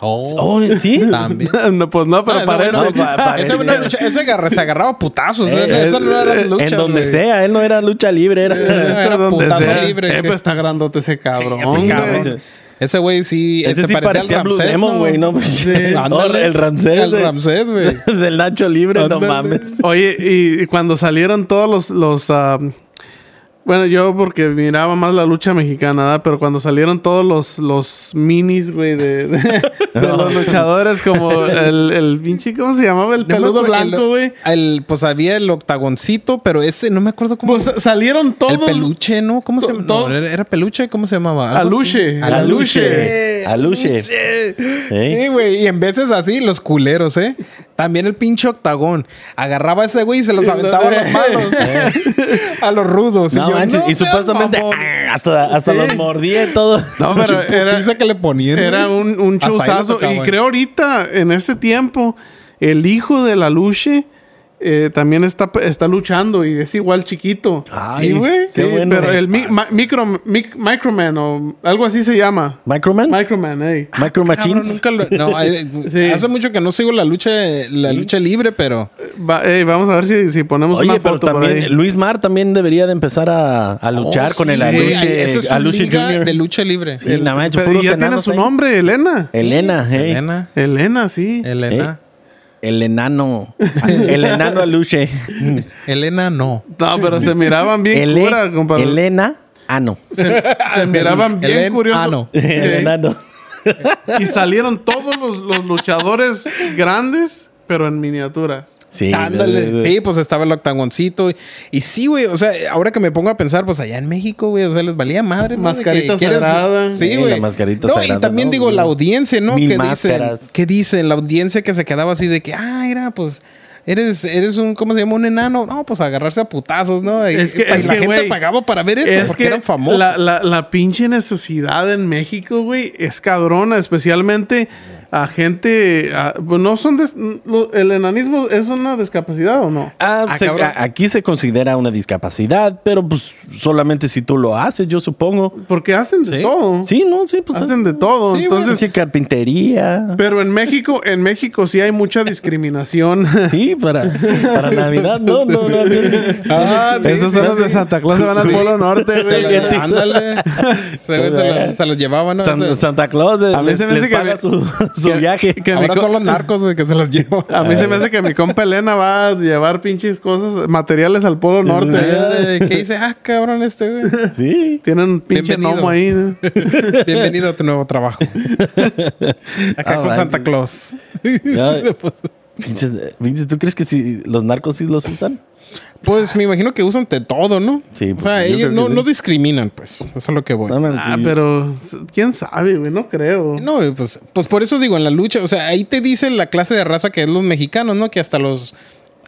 C: Oh, sí.
B: También.
A: no, pues no, pero
B: No, ese
A: parece.
B: güey no-
C: pa- parece.
B: ese güey no lucha- ese agarra- se agarraba a putazos.
C: Eh,
B: ¿eh? Esa no era
C: eh,
B: lucha,
C: en donde
B: güey.
C: sea, él no era lucha libre, era.
A: Está
B: Era
A: donde
B: putazo
A: sea.
B: libre,
A: Eh,
B: que-
A: pues está grandote ese cabrón.
B: ese
A: güey.
B: cabrón. Ese güey sí.
C: Ese
B: se
C: sí parecía
B: al
C: Blue
B: Ramsés,
C: Demon, güey, ¿no?
B: Sí.
C: El-
B: Ándale.
C: el Ramsés,
B: El
C: güey.
B: Ramsés, güey.
C: del Nacho Libre, no
B: Ándale.
C: mames.
A: Oye, y, y cuando salieron todos los... los ah, bueno, yo porque miraba más la lucha mexicana, ¿verdad? pero cuando salieron todos los, los minis, güey, de, de- de los luchadores, como el, el pinche, ¿cómo se llamaba? El
B: No me
A: peludo
B: acuerdo-
A: blanco,
B: el-
A: güey.
B: el- Pues había el octagoncito, pero ese no me acuerdo cómo.
A: Pues salieron
B: el
A: todos...
B: peluche, ¿no? ¿Cómo se
A: to-
B: llamaba?
A: todo-
B: No, era, era peluche, ¿cómo se llamaba? Algo
A: Aluche.
B: así.
A: Aluche.
C: Aluche. Ey.
B: Sí, güey. Y en veces así, los culeros, ¿eh? También el pinche octagón. Agarraba a ese güey y se los aventaba a los malos. a los rudos.
C: No
B: y yo,
C: manches,
B: "No
C: y
B: seas
C: supuestamente
B: mamón".
C: ah, hasta, hasta los mordía y todo.
A: No, pero era,
B: Putiza que le ponían.
A: Era
B: güey.
A: un, un
B: Hasta ahí lo
A: showzazo. Y
C: ¿eh?
B: tocaban.
A: creo ahorita, en este tiempo, el hijo de la Luche eh, también está, está luchando y es igual chiquito.
C: Ay,
A: Sí,
C: qué
A: Sí,
C: bueno.
A: pero el mi- ma- micro, mic- Microman o algo así se llama.
C: Microman.
A: Microman, ey.
C: Micro
B: Cabrón,
C: Machines.
B: nunca lo- no, eh,
A: Sí.
B: hace mucho que no sigo la lucha, la lucha libre, pero
A: Va- ey, vamos a ver si, si ponemos
C: Oye,
A: una
C: pero
A: foto por ahí.
C: también Luis Mar también debería de empezar a, a luchar
B: Oh,
C: con
B: sí,
C: el
B: güey.
C: Aluche,
B: Esa es su
C: Aluche
B: liga
C: Jr.
B: de lucha libre.
C: Sí, nada más,
A: Pero
C: puros
A: ya tiene
C: enanos
A: su
C: ahí.
A: nombre, Elena.
C: Elena, hey.
B: Elena,
A: Elena, sí.
B: Elena,
C: El enano. el enano Aluche.
A: Mm.
C: Eh.
B: Elena no.
A: No, pero se miraban bien
C: El, E, E,
A: cura, compadre.
C: Elena Ano.
A: Se, se miraban bien
B: Elen-
A: curiosos.
B: Ah, no.
C: El
A: Ey.
C: enano.
A: Y salieron todos los, los luchadores grandes, pero en miniatura.
C: Sí.
B: Ándale. Sí, pues estaba el octagoncito. Y, y sí, güey, o sea, ahora que me pongo a pensar, pues allá en México, güey, o sea, les valía madre. ¿no?
A: Mascarita
B: De que quieres-
A: sagrada.
B: Sí,
C: Sí,
B: güey.
C: la mascarita
B: no,
C: sagrada,
B: y también
C: ¿no?
B: digo, la audiencia, ¿no?
C: Mil
B: que dicen,
C: máscaras.
B: ¿Qué dicen? La audiencia que se quedaba así de que, ah, era, pues... Eres, eres un, ¿cómo se llama? Un enano. No, pues agarrarse a putazos, ¿no? Y,
A: Es que-
B: y
A: es
B: la
A: que,
B: gente
A: güey,
B: pagaba para ver eso
A: Es
B: porque
A: que
B: eran famosos.
A: La, la- la pinche necesidad en México, güey, es cabrona, especialmente a gente. a- pues, no son. des- lo- ¿El enanismo es una discapacidad o no?
C: Ah,
B: Ah,
C: se-
B: cabrón.
C: a- aquí se considera una discapacidad, pero pues solamente si tú lo haces, yo supongo.
A: Porque hacen de
B: Sí.
A: todo.
C: Sí, no, sí, pues
A: Hacen de todo.
B: Sí, güey.
A: Entonces.
C: sí, carpintería.
A: Pero en México, en México sí hay mucha discriminación.
C: Sí, para, para Navidad, no, no, no. sí.
B: Ah, sí,
A: Esos
B: sí,
A: son los
B: sí.
A: de Santa Claus, se van al Polo Norte,
B: Se
A: güey.
B: la- Ándale. Se, se los, se los llevaban. ¿no?
C: San-
B: Se-
C: Santa Claus de-
A: A mí
C: les,
A: se me hace
C: les
A: que
C: paga
A: me-
C: su, su
A: que-
C: viaje.
A: que me
B: Ahora
A: co-
B: son los narcos, güey, que se los llevan.
A: A mí se me hace que mi compa Elena va a llevar pinches cosas, materiales al Polo Norte.
B: Norte. Que dice, ah, cabrón, este, güey.
C: Sí.
A: Tienen un pinche
B: Bienvenido.
A: gnomo ahí. ¿no?
B: Bienvenido a tu nuevo trabajo. Acá
C: Ah,
B: con
C: vale.
B: Santa Claus.
C: Ya. Pinches- pinches, ¿Tú crees que si los narcos sí los usan?
B: Pues me imagino que usan de todo, ¿no?
C: Sí,
B: o sea,
C: pues, yo creo
B: ellos
C: que
B: no,
C: sí.
B: no discriminan, pues. Eso es lo que voy.
C: No, man,
A: Ah,
C: sí.
A: pero quién sabe, güey, no creo.
B: No, güey, pues, pues por eso digo, en la lucha, o sea, ahí te dicen la clase de raza que es los mexicanos, ¿no? Que hasta los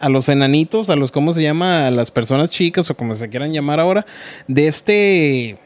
B: a los enanitos, a los cómo se llama, a las personas chicas o como se quieran llamar ahora, de este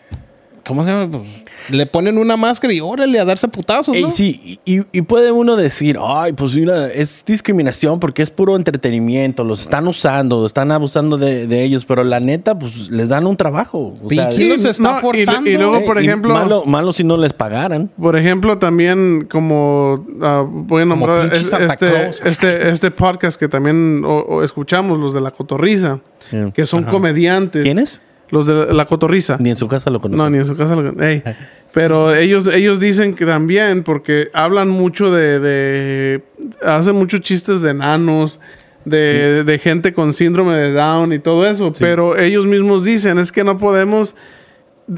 B: ¿cómo se llama? Pues, le ponen una máscara y órale a darse putazos,
C: Ey,
B: ¿no?
C: sí, y, y- y puede uno decir, ay, pues mira, es discriminación porque es puro entretenimiento, los están usando, están abusando de, de ellos, pero la neta, pues les dan un trabajo. O sea, eh,
B: Pinche Sí, los está
A: y-
B: forzando,
A: Y, luego, por
C: y
A: ejemplo,
C: malo, malo si no les pagaran.
A: por ejemplo, también como ah, voy a nombrar
B: pinche
A: es-
B: Santa Claus.
A: este, este, este podcast que también o- o escuchamos, los de La Cotorriza,
C: Sí.
A: que son comediantes.
C: ¿Quién es?
A: Los de La Cotorriza.
C: Ni en su casa lo conocen.
A: No, ni en su casa. lo- ey. Pero ellos, ellos dicen que también, porque hablan mucho de, de- Hacen muchos chistes de enanos, de, de gente con síndrome de Down y todo eso. Pero ellos mismos dicen, es que no podemos...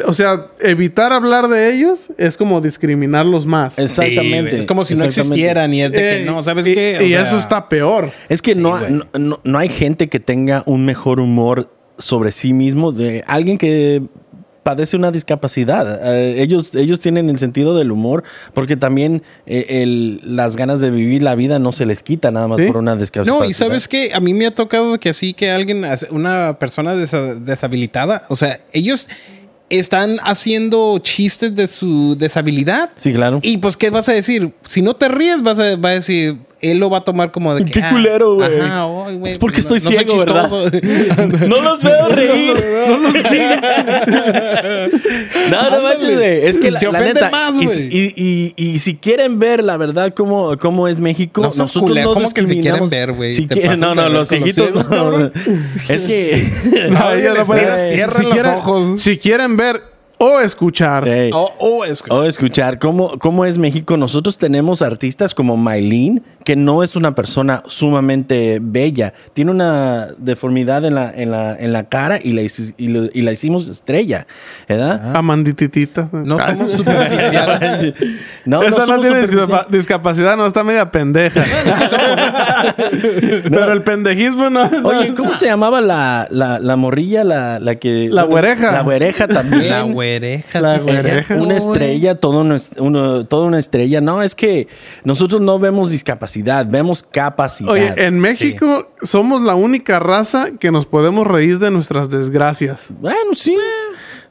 A: O sea, evitar hablar de ellos es como discriminarlos más.
C: Exactamente.
B: Sí, güey, es como si no
C: exactamente.
B: existieran y es de que
C: Eh,
A: Ey,
B: no, ¿sabes
A: y,
B: qué? O
A: Y
B: sea,
A: eso está peor.
C: Es que no,
B: güey.
C: no, no- no hay gente que tenga un mejor humor sobre sí mismo. De alguien que padece una discapacidad. Eh, ellos, ellos tienen el sentido del humor porque también eh, el- las ganas de vivir la vida no se les quita nada más
A: Sí.
C: por una discapacidad.
B: No, y sabes que a mí me ha tocado que así que alguien, hace- una persona desa- deshabilitada, o sea, ellos están haciendo chistes de su deshabilidad.
C: Sí, claro.
B: Y pues, ¿qué vas a decir? Si no te ríes, vas a, va a decir, él lo va a tomar como de que. "Ah,
C: Qué culero, güey.
B: ajá, ay, güey, pues,
C: es porque
B: no-
C: estoy
B: no soy
C: ciego, ¿verdad?
B: chistoso.
C: no los veo reír. no los veo. no, no
B: Ándale.
C: manches, güey. Es que la,
B: Se
C: la
B: ofende
C: neta.
B: más,
C: y,
B: güey.
C: y- y- y si quieren ver la verdad cómo, cómo es México,
B: No seas
C: nosotros
B: culero.
C: no
B: ¿Cómo que si quieren
C: discriminamos.
B: ver, güey?
C: Si
B: Te
C: quieren- no,
B: pasas de
C: no,
B: ver
C: los
B: con los
C: hijitos.
B: ciegos,
C: no,
B: cabrón.
C: es que.
A: No,
B: Ay,
A: ella no
B: les
A: puede-
B: cierran-
A: si
B: cierran los
A: quieren- Eh,
B: ojos.
A: Si quieren ver o escuchar.
C: Ey.
B: O- o Oh, es-
C: O escuchar cómo, cómo es México. Nosotros tenemos artistas como Maylin, que no es una persona sumamente bella. Tiene una deformidad en la, en la, en la cara y la, hici- y lo- y la hicimos estrella. ¿Verdad?
A: Amandititita.
B: No
A: Ay.
B: somos superficiales.
C: No, no
A: Esa no,
C: somos
A: tiene
C: superficiales.
A: discapa- discapacidad, no está media pendeja. Pero el pendejismo no. no.
C: Oye, ¿cómo se llamaba la, la, la morrilla? La, la que.
A: La güereja.
C: La güereja también.
B: La güereja.
A: La
B: sí, señor.
A: güereja.
B: Uy.
C: Una estrella, todo una, est- uno- toda una estrella. No, es que nosotros no vemos discapacidad, vemos capacidad.
A: Oye, en México somos la única raza que nos podemos reír de nuestras desgracias.
C: Bueno, sí.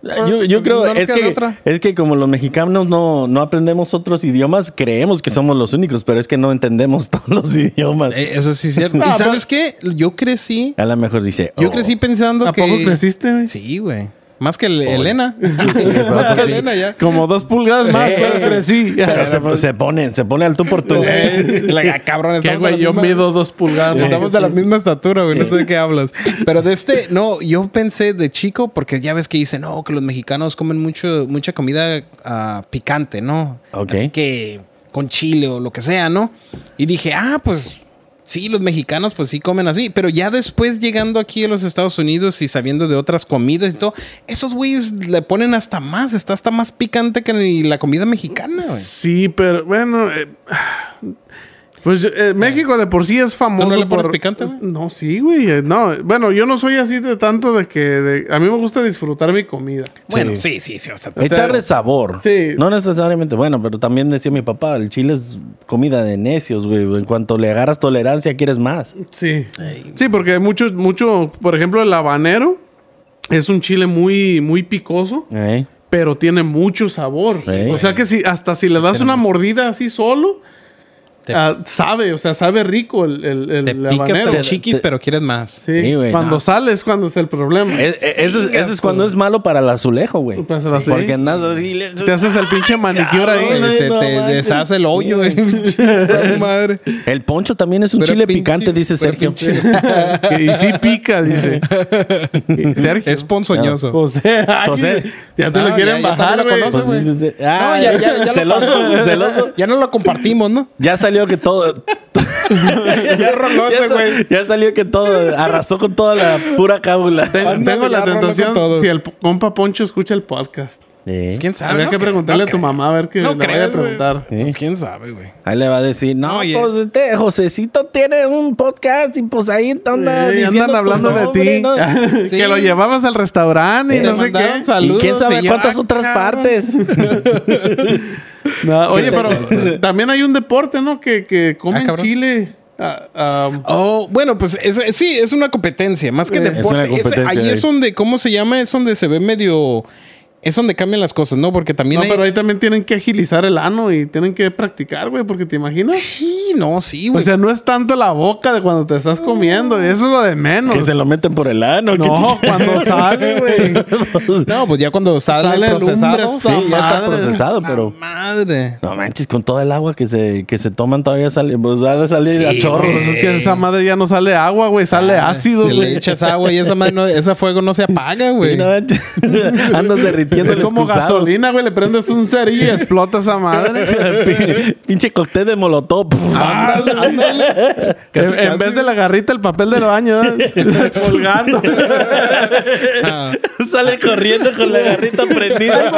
C: Yo, yo
A: pues,
C: creo,
A: no nos
C: es,
A: queda de
C: que,
A: otra.
C: es que como los mexicanos no, no aprendemos otros idiomas, creemos que somos los únicos, pero es que no entendemos todos los idiomas.
B: Eh, Eso sí es cierto.
A: Ah,
B: ¿Y sabes qué? Yo crecí.
C: A lo mejor dice...
B: Yo
C: oh,
B: crecí pensando
A: ¿A
B: que.
A: poco creciste? güey?
B: Sí, güey. Más que el- Elena.
C: pero
B: Más que
C: pues sí.
B: Elena ya.
A: Como dos pulgadas más,
C: Eh,
A: pero crecí.
C: Pero se, se pone, se pone al tú por tú.
B: La cabrón
A: ¿Qué,
B: estamos de
A: güey?
B: la
A: Yo
B: misma-
A: mido dos pulgadas. más.
B: Estamos de la misma estatura, güey. No sé de qué hablas. Eh, Pero de este, no, yo pensé de chico, porque ya ves que dicen, no, que los mexicanos comen mucho, mucha comida ah, picante, ¿no?
C: Ok.
B: Así que con chile o lo que sea, ¿no? Y dije, ah, pues sí, los mexicanos pues sí comen así. Pero ya después llegando aquí a los Estados Unidos y sabiendo de otras comidas y todo, esos güeyes le ponen hasta más, está hasta más picante que ni la comida mexicana, güey.
A: Sí, pero bueno. eh, pues yo- eh, México de por sí es famoso.
B: ¿Tú no le pones picante, güey?
A: No, sí, güey. eh, No, bueno, yo no soy así de tanto de que. de- a mí me gusta disfrutar mi comida.
B: Bueno, sí, sí, sí. o sea,
A: sea,
C: Echarle sabor.
A: sí.
C: No necesariamente. Bueno, pero también decía mi papá, el chile es comida de necios, güey. En cuanto le agarras tolerancia, quieres más.
A: Sí. Sí, porque hay mucho, mucho. Por ejemplo, el habanero es un chile muy, muy picoso.
C: ¿Eh?
A: pero tiene mucho sabor.
C: Sí,
A: o sea que si hasta si le das una mordida así solo,
B: Te-
A: ah, sabe, o sea, sabe rico el, el, el
B: te pica hasta
A: habanero.
B: el chiquis, pero quieres más.
A: Sí,
C: Sí, güey,
A: cuando
C: no.
A: sales, cuando es el problema.
C: E- e- Eso, es, eso es cuando es malo para el azulejo, güey.
A: Pues, así.
C: Porque andas así. le-
A: Te haces el pinche manicure
C: cabrón,
A: ahí.
C: güey.
B: Eh,
C: Ay,
B: se
C: no
B: te
C: manches.
B: deshace el hoyo, güey. Puta madre.
C: El poncho también es un
B: Pero
C: chile
B: pinche-
C: picante, dice
B: pero
C: Sergio.
B: pinche-
A: Que- y sí pica, dice. Sergio.
B: Es
C: Ah, pues,
B: ponzoñoso.
A: José, ay,
C: José.
A: Ya te
B: Ah,
A: lo
B: ya-
A: quieren
B: ya
A: bajar,
B: también lo
A: güey.
B: conoces, güey.
C: Pues, dice-
B: No,
C: ah,
B: ya, ya, ya lo-
C: celoso, celoso. ¿Eh?
B: Ya no lo compartimos, ¿no?
C: Ya salió que todo.
B: Ya roló
C: ya,
B: ese,
C: sa-
B: güey.
C: ya salió que todo arrasó con toda la pura cábula.
A: Tengo,
B: Ándale,
A: tengo la
B: ya rolo con
A: tentación
B: todos.
A: si el p- compa Poncho escucha el podcast.
C: Eh,
B: Pues, ¿Quién sabe?
A: Habría
B: No
A: que
B: creo,
A: preguntarle
B: no
A: a tu
B: creo.
A: mamá a ver que
B: No
A: le vaya a
B: crees, güey.
A: preguntar.
C: ¿Eh?
B: Pues quién sabe, güey.
C: Ahí le va a decir, no,
B: Oye.
C: pues este Josecito tiene un podcast y pues ahí te anda
A: Sí,
C: diciendo
A: andan
C: tu
A: hablando de
C: nombre,
A: ti.
C: ¿no?
B: Sí.
A: Que lo llevabas al restaurante y
B: Te
A: no sé
B: mandaron
A: qué.
B: saludos
C: y quién sabe
B: y yo,
C: cuántas
B: ah,
C: otras
B: cabrón.
C: partes.
A: No, oye,
C: te-
A: pero también hay un deporte, ¿no? Que, que comen
B: Ah, cabrón.
A: chile. Ah, ah,
B: Oh, bueno, pues es- sí, es una competencia, más que
A: Eh,
B: deporte.
C: es una
B: Ese-
C: competencia,
B: ahí
C: eh.
B: es donde, ¿cómo se llama? Es donde se ve medio. Es donde cambian las cosas, ¿no? Porque también
A: no,
B: hay.
A: pero ahí también tienen que agilizar el ano y tienen que practicar, güey, porque te imaginas.
B: Sí, no, sí,
A: O
B: güey.
A: sea, no es tanto la boca de cuando te estás comiendo, eso es lo de menos.
C: que se lo meten por el ano. que
A: No, cuando sale, güey.
B: no, pues ya cuando sale,
A: Sale el
B: procesado.
A: lumbre,
C: Sí, ya está
A: Madre. Ah.
C: procesado,
B: la
C: pero.
B: Madre.
C: No manches, con todo el agua que se, que se toman todavía sale, pues ha de salir
B: Sí,
C: a chorros.
A: Pues es que esa madre ya no sale agua, güey, sale ácido,
B: Que Ah, le
A: güey.
B: echas agua y esa madre no- ese fuego no se apaga, güey.
C: Y no manches, Andas derritiendo
A: Es
C: el
A: como
C: excusado.
A: gasolina, güey, le prendes un cerillo y explota esa madre.
C: Pin- Pinche cóctel de molotov.
A: Ah.
B: Ándale, ándale.
A: En,
B: Casi,
A: en
B: casi.
A: vez de la garrita, el papel del baño, ¿eh? colgando.
B: Ah,
C: Sale corriendo con la garrita prendida.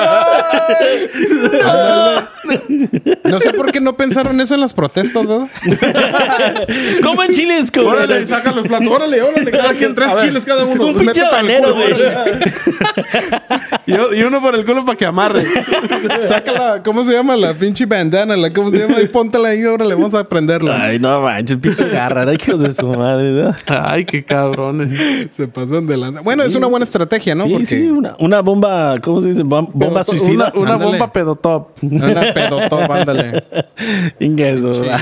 B: No sé por qué no pensaron eso en las protestas, ¿no?
C: Coman chiles,
A: Órale,
C: cabrón.
A: saca los platos.
B: "Pues
A: Órale, órale. Cada quien tres chiles cada uno.
C: Un pinche
A: Métetelo al
C: habanero,
A: culo,
C: güey.
A: órale. Yo, yo uno por el culo para que amarre.
B: Saca la, ¿cómo se llama? La pinche bandana, la, ¿cómo se llama? Y póntala ahí, ahora le vamos a prenderla.
C: Ay, no manches, pinche garra, hay hijos de su madre, ¿no?
A: Ay, qué cabrones.
B: Se pasan de lanza. Bueno, es una buena estrategia, ¿no?
C: Sí, sí, una, una bomba, ¿cómo se dice? Bom- bomba
B: to-
C: suicida.
A: Una, una
B: Ándale.
A: bomba pedotop.
B: Una pedotop, ándale.
C: Inga eso, ¿verdad?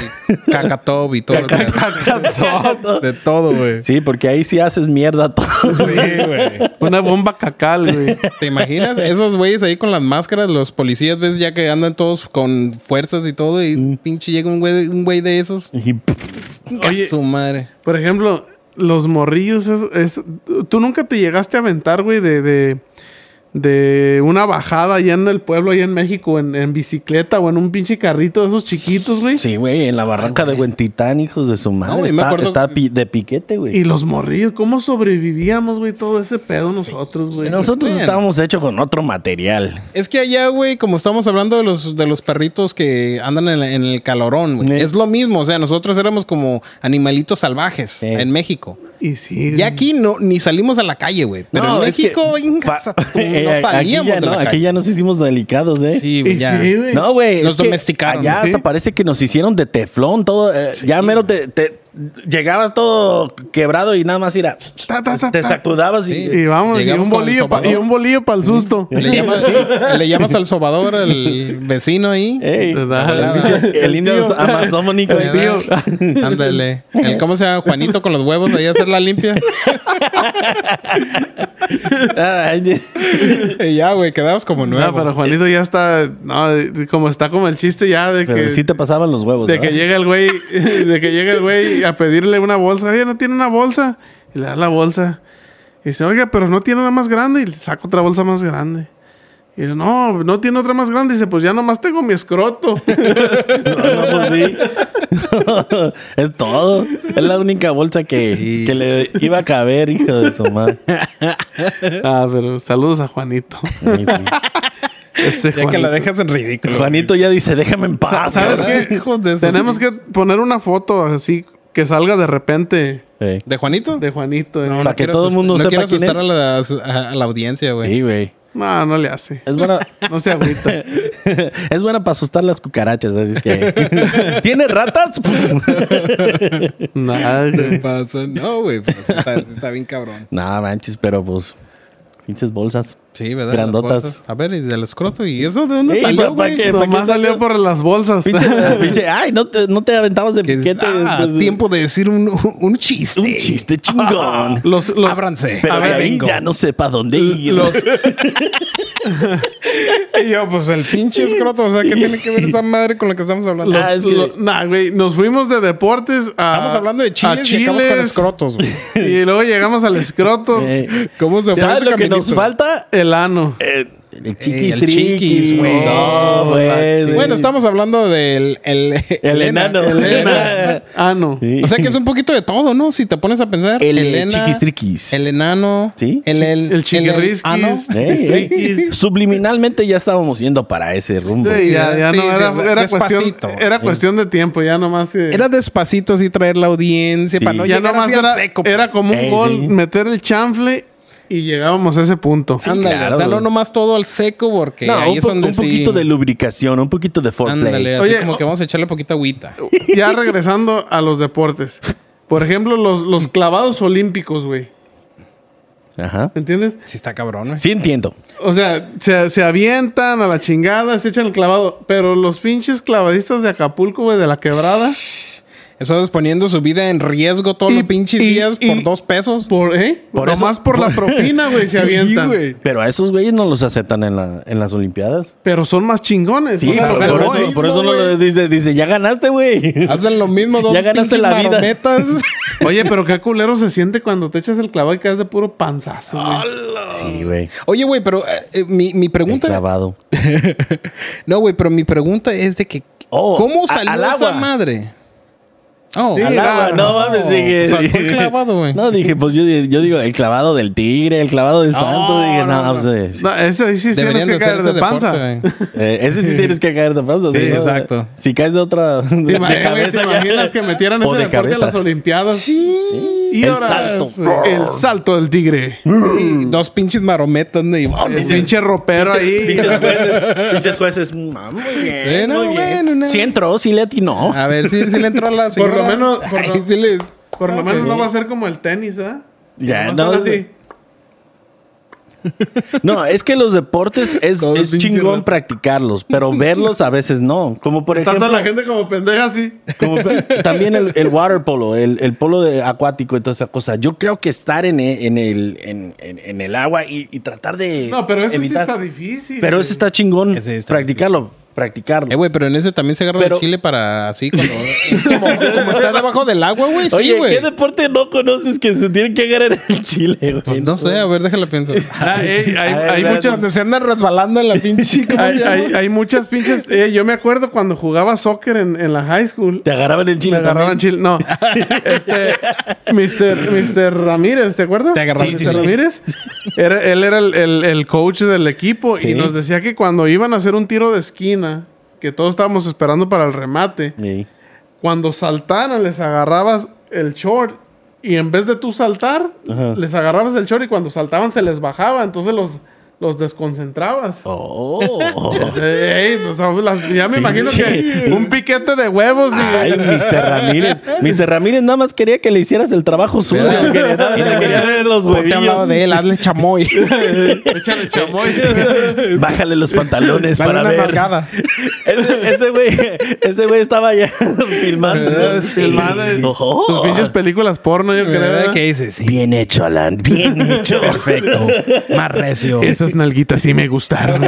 B: Cacatob y todo. el pedo. De todo, güey. Sí,
C: Sí, porque ahí sí haces mierda todo.
B: güey.
A: Una bomba cacal, güey.
B: ¿Te imaginas? Esos güeyes ahí con las máscaras, los policías, ves ya que andan todos con fuerzas y todo, y
C: Mm.
B: pinche llega un güey, un güey de esos.
C: Y
A: Oye.
B: A su madre.
A: Por ejemplo, los morrillos es, es- tú nunca te llegaste a aventar, güey, de, de de una bajada allá en el pueblo, allá en México, en, en bicicleta o en un pinche carrito de esos chiquitos, güey.
C: Sí, güey, en la barranca de Huentitán, hijos de su madre.
B: No, y me
C: está
B: acuerdo-
C: está pi- de piquete,
A: Y
C: güey.
A: los morrillos, ¿cómo sobrevivíamos, güey, todo ese pedo nosotros, güey?
C: Nosotros
B: Bueno.
C: estábamos hechos con otro material.
B: Es que allá, güey, como estamos hablando de los, de los perritos que andan en, la- en el calorón, güey.
C: Eh.
B: Es lo mismo, o sea, nosotros éramos como animalitos salvajes
C: Eh.
B: en México.
A: Y sí.
B: Y aquí no, ni salimos a la calle, güey. Pero
C: No,
B: en
C: es que
B: México,
C: pa-
B: ingas a tu-
C: Eh,
B: no salíamos
C: aquí ya
B: de la
C: no,
B: calle.
C: aquí ya nos hicimos delicados, ¿eh?
B: Sí,
A: Y
B: güey, ya.
A: sí, güey.
C: No, güey.
B: Los
C: es que
B: domesticaron,
C: Allá
A: ¿sí?
C: hasta parece que nos hicieron de teflón, todo. eh, ya mero te, te- llegabas todo quebrado y nada más ir a.
A: Ta, ta, ta,
C: Te
A: ta.
C: sacudabas y.
A: Y vamos, y
B: Llegamos
A: un,
B: con el
A: bolillo pa-
B: sopador.
A: y un bolillo para el susto.
B: Le llamas, le llamas al sobador, al vecino ahí.
C: Ey,
A: ¿Verdad?
C: el, pinche- el indio
A: tío.
C: amazónico.
A: El tío.
B: Ándale. El, ¿Cómo se llama? Juanito con los huevos de ahí a hacer la limpia.
C: Ay,
B: Y ya, güey, quedabas como nuevo.
A: No, pero Juanito ya está, no, como está como el chiste ya de
C: Pero
A: que
C: sí te pasaban los
B: pues,
C: huevos.
A: De que
C: ¿verdad?
A: llega el güey, de que llega el güey a pedirle una bolsa. Oye, no tiene una bolsa. Y le da la bolsa. Y dice, oiga, pero no tiene una más grande. Y le saca otra bolsa más grande. Y dice, no, no tiene otra más grande. Y dice, pues ya nomás tengo mi escroto.
C: No, no, pues sí. es todo. Es la única bolsa que,
B: Sí.
C: que le iba a caber, hijo de su madre.
A: ah, pero saludos a Juanito.
C: Ay, sí.
A: Ese
B: ya que la
A: Juanito.
B: dejas en ridículo.
C: Juanito ya dice, déjame en
A: Sa-
C: paz.
A: ¿Sabes
B: cabrón,
A: qué?
B: hijos de su-
A: Tenemos que poner una foto así que salga de repente
C: güey. Sí.
B: ¿De Juanito?
A: de Juanito. eh.
B: No,
A: No,
B: no
C: Para que
B: quiero
C: todo el
B: asust-
C: mundo
B: no
C: sepa
B: quiero
C: quién
B: asustar A, la, a la audiencia, güey.
C: Sí, güey.
A: no, le hace.
C: Es buena,
A: No se agüita.
C: es buena para asustar las cucarachas, así es que. ¿Tiene ratas?
A: Nada,
B: ¿Qué
A: güey.
B: pasa? No, güey. pues, está, está bien cabrón.
C: no, manches, pero pues. Pinches bolsas.
B: Sí, ¿verdad?
C: Grandotas.
B: Las bolsas. A ver, y del escroto. ¿Y eso de dónde
C: Ey,
B: salió,
C: papá,
B: güey?
C: ¿qué? ¿para
A: Nomás
C: salió?
A: salió por las bolsas.
C: Pinche, pinche, ay, no te, no te aventabas de
B: Que-
C: piquete.
B: ah,
C: pues,
B: tiempo de decir un, un chiste.
C: Un chiste chingón.
A: Los, los,
B: Ábranse.
C: Pero
A: A
C: de
A: ver,
C: ahí
B: vengo.
C: ya no sé para dónde ir.
B: Y yo, pues el pinche escroto. O sea, ¿qué tiene que ver esa madre con la que estamos hablando?
A: Los-
C: Ah, es que-
A: lo- Pues, nah, güey, nos fuimos de deportes a.
B: Estamos hablando de chiles,
A: a
B: y acabamos con
A: chiles,
B: escrotos, güey.
A: y luego llegamos al escroto,
C: Eh,
B: ¿Cómo se fue
C: ¿Sabes
B: ese
C: lo que nos
B: caminito?
C: falta?
A: el ano.
C: Eh, el chiquis
B: el
C: triquis,
B: chiquis, güey.
C: No, güey.
B: Bueno, estamos hablando del el,
C: El
B: Elena.
C: enano.
B: Elena.
A: Ano.
C: Sí.
B: O sea que es un poquito de todo, ¿no? Si te pones a pensar.
C: El eh,
B: Elena,
C: chiquistriquis.
B: El enano.
C: Sí.
B: El, el,
A: El chinguerrisquis.
B: el ano.
C: Ey, ey.
A: Triquis.
C: Eh, Subliminalmente ya estábamos yendo para ese rumbo.
A: Sí, ya, ya
B: Sí,
A: no,
B: sí,
A: era,
B: sí,
A: era
B: despacito.
A: cuestión, era cuestión de tiempo, ya nomás. eh,
B: Era despacito así traer la audiencia
C: Sí.
B: para no
A: ya
B: llegar
A: nomás
B: así al
A: era,
B: seco. pues.
A: era como un
C: Ey,
A: gol,
C: sí.
A: meter el chanfle y llegábamos a ese punto.
B: Ándale,
C: claro,
B: o sea, no
C: güey.
B: nomás todo al seco porque
C: No,
B: ahí
C: un,
B: es
C: po-
B: donde
C: un poquito
B: sí-
C: de lubricación, un poquito de foreplay.
B: Ándale, así
A: Oye,
B: como
A: o-
B: que vamos a echarle poquita agüita.
A: Ya regresando a los deportes. Por ejemplo, los, los clavados olímpicos, güey.
C: Ajá.
A: ¿Me entiendes?
B: Sí está cabrón, güey.
C: Sí entiendo.
A: O sea, se, se avientan a la chingada, se echan el clavado. Pero los pinches clavadistas de Acapulco, güey, de la quebrada.
B: Eso es poniendo su vida en riesgo todos
A: Y-
B: los pinches
A: y-
B: días
A: y-
B: por dos pesos.
A: Por, ¿eh?
C: Por eso-
A: Nomás por la propina, güey, se avientan.
B: güey.
C: Pero a esos güeyes no los aceptan en, la, en las Olimpiadas.
A: Pero son más chingones.
C: Sí,
A: o sea,
C: por,
A: pero eh.
C: por
A: voy.
C: eso, por eso
B: mismo,
C: lo-
B: güey.
C: dice, dice, ya ganaste, güey.
B: Hacen lo mismo dos
C: Ya ganaste
B: pinches
C: la vida.
B: marometas.
A: Oye, pero qué culero se siente cuando te echas el clavado y quedas de puro panzazo, güey.
C: Ah, Sí, güey.
B: Oye, güey, pero eh, eh, mi, mi
C: El
B: pregunta...
C: Clavado.
B: No, güey, pero mi pregunta es de que...
C: Oh,
B: ¿Cómo
C: a-
B: salió
C: al
B: esa
C: agua.
B: madre? Oh,
A: Sí,
C: Al agua,
A: claro.
C: no mames,
B: O
C: dije.
B: sea, fue clavado, güey.
C: No, dije, pues yo, yo digo, el clavado del tigre, el clavado del santo. Dije, no, pues, eh,
A: No, ese ahí sí tienes
B: deberían
A: que
B: de hacer
A: caer de
B: ese
A: panza.
B: deporte, güey.
C: eh, ese sí tienes que caer de panza.
B: Sí,
C: ¿no?
B: exacto.
C: Si caes de otra.
A: ¿Te
C: De
A: imaginas,
C: cabeza,
A: te
C: ya.
A: imaginas que metieran
C: O
A: ese
C: de
A: deporte a
C: cabeza.
A: las Olimpiadas? Y
C: El
A: ahora,
C: salto.
A: El salto del tigre.
B: Y dos pinches marometas, ¿no? Y vámonos.
A: El pinche ropero ahí.
C: Pinches jueces, pinches jueces. "Ah, Muy bien.
B: Bueno,
C: muy bien.
B: bueno, no.
C: Si entró, si le atinó.
B: A ver si si le entró a la señora.
A: lo menos- por
B: Ay,
A: lo-
B: sí le-
A: Por lo menos no va a ser como el tenis, ¿verdad?
C: Ya,
A: Nomás
C: no,
A: están así.
C: No, es que los deportes es,
B: Todo
C: es
B: pinche
C: chingón
B: rato.
C: practicarlos, pero verlos a veces no. Como por
A: Está
C: ejemplo,
A: toda la gente como pendeja así.
C: como pe- también el, el water polo, el, el polo de acuático y toda esa cosa. Yo creo que estar en, e- en el, en, en- en el agua y, y tratar de
A: No, pero eso sí
C: eh, evitar-
A: está difícil.
C: Pero eso está chingón.
B: Ese está
C: practicarlo,
B: Eh,
C: practicarlo.
B: güey, pero en ese también se agarra
C: Pero-
B: el chile para así cuando... es como, como está debajo del agua, güey. Sí,
C: Oye,
B: güey.
C: ¿qué deporte no conoces que se tiene que agarrar en el chile, güey?
B: Pues no sé, a ver, déjala pensar.
A: Ah, eh, hay,
C: A ver,
A: hay
C: vean,
A: muchas
B: se andan resbalando en la pinche... ¿cómo se
A: hay,
B: llama?
A: hay- hay muchas pinches. eh, yo me acuerdo cuando jugaba soccer en, en la high school.
C: Te agarraban el chile.
A: me agarraban chile. No. Este. Mr. Mr. Ramírez, ¿te acuerdas?
B: Te agarraban
A: Mr.
C: chile.
A: Ramírez. Era- él era el, el- el coach del equipo y nos decía que cuando iban a hacer un tiro de esquina, que todos estábamos esperando para el remate,
C: también. Sí.
A: cuando saltaran les agarrabas el short y en vez de tú saltar,
C: Ajá.
A: les agarrabas el short y cuando saltaban se les bajaba, entonces los, los desconcentrabas.
C: Oh.
A: Ey, pues, vamos, las- ya me imagino que un piquete de huevos y
C: Ay, Mr. Ramírez. Mr. Ramírez nada más quería que le hicieras el trabajo sucio.
B: Pero-
C: que le da- y le quería ver los
B: Ponte a un lado
C: huevillos.
B: de él, hazle chamoy.
A: échale chamoy.
C: Bájale los pantalones
B: Dale
C: para
B: una
C: ver.
B: nalgada.
C: Ese ese güey ese güey estaba ya
B: Eh,
C: filmando.
A: Filmada en
C: Ojo.
A: Sus pinches películas porno, yo creo.
B: ¿Qué dices? Sí,
C: Bien hecho, Alan. Bien hecho.
B: perfecto. Más recio.
A: Esas nalguitas sí me gustaron.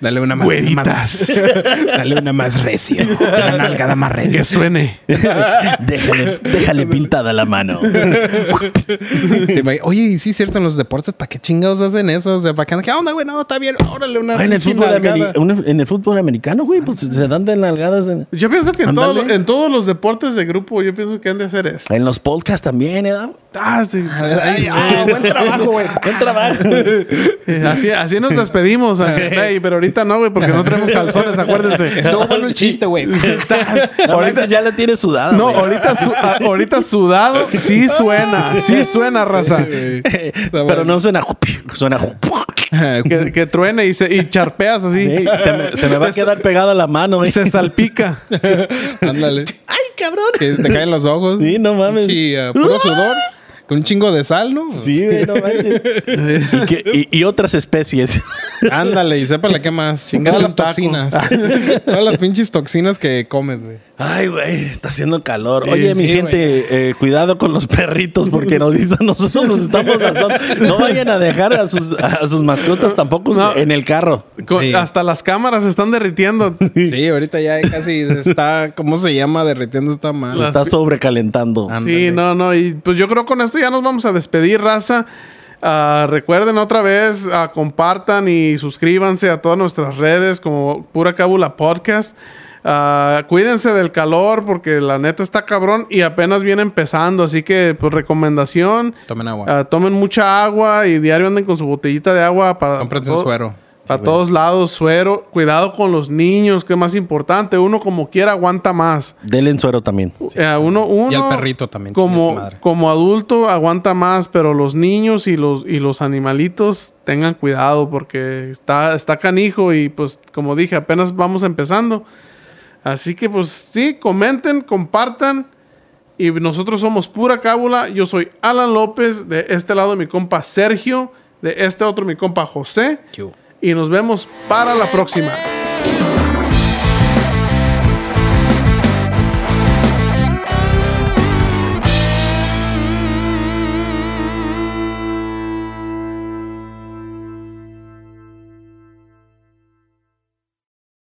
B: Dale una más...
A: Güeritas.
B: más- Dale una más recio. Una nalgada más recio.
A: Que suene.
C: Déjale, déjale pintada la mano.
B: Te va- Oye, y sí, es cierto, en los deportes, ¿para qué chingados hacen eso? O sea, ¿para qué? ¿Qué onda, güey? No, está bien. Órale, una
C: Ah, en, el
B: pinche
C: fútbol
B: nalgada.
C: ameri- un- en el fútbol americano, güey, pues se dan de nalgadas. En,
A: Yo pienso que en,
B: Ándale.
A: todo- en todos los deportes de grupo, yo pienso que han de hacer eso.
C: en los podcasts también, ¿eh?
A: Ah, sí.
B: Ay, ah, buen trabajo, güey.
C: Buen trabajo.
A: Eh, Así, así nos despedimos, Ángel. Ey, pero ahorita no, güey, porque no tenemos calzones, acuérdense.
B: Estuvo bueno el chiste, güey.
C: Ahorita ya la tiene sudada.
A: No,
C: güey.
A: ahorita, su- a- ahorita sudado sí suena, sí suena, raza.
C: Pero no suena. Suena.
A: Que, que truene y, se, y charpeas así.
C: Ey, se, me, se me va a quedar pegada la mano, ¿eh? güey.
A: Se salpica.
B: Ándale.
C: ¡Ay, cabrón!
B: Que te caen los ojos.
C: Sí, no mames.
B: Sí, eh, puro sudor. Con un chingo de sal, ¿no?
C: Sí, güey, no manches. y, que- y- y otras especies.
B: Ándale, y sépale qué más.
A: Chingale
B: Todas las
A: un taco.
B: toxinas. Todas las pinches toxinas que comes, güey.
C: Ay, güey, está haciendo calor.
B: Sí,
C: Oye, mi
B: sí,
C: gente, eh, cuidado con los perritos porque ahorita nosotros nos estamos asando. No vayan a dejar a sus, a sus mascotas tampoco
A: No.
C: en el carro.
A: Con-
B: Sí.
A: Hasta las cámaras se están derritiendo.
B: Sí, ahorita ya casi se está, ¿cómo se llama? Derritiendo esta
C: Se
B: madre.
C: está sobrecalentando.
A: Sí, no, no. Y pues yo creo con esto ya nos vamos a despedir, raza. Ah, recuerden otra vez, ah, compartan y suscríbanse a todas nuestras redes como Pura Cábula Podcast. Ah, cuídense del calor porque la neta está cabrón y apenas viene empezando. Así que, pues, recomendación.
B: Tomen agua.
A: Ah, tomen mucha agua y diario anden con su botellita de agua para...
B: Cómprense
A: todo-
B: un suero.
A: Para todos lados, suero. Cuidado con los niños, que es más importante. Uno como quiera aguanta más.
C: Del ensuero también.
A: Eh, uno, uno,
B: Y al perrito también, chingue
A: Como,
B: su madre.
A: como adulto aguanta más, pero los niños y los, y los animalitos tengan cuidado porque está, está canijo y pues como dije, apenas vamos empezando. Así que pues sí, comenten, compartan. Y nosotros somos Pura Cábula. Yo soy Alan López, de este lado mi compa Sergio, de este otro mi compa José.
B: Qué hubo.
A: Y nos vemos para la próxima.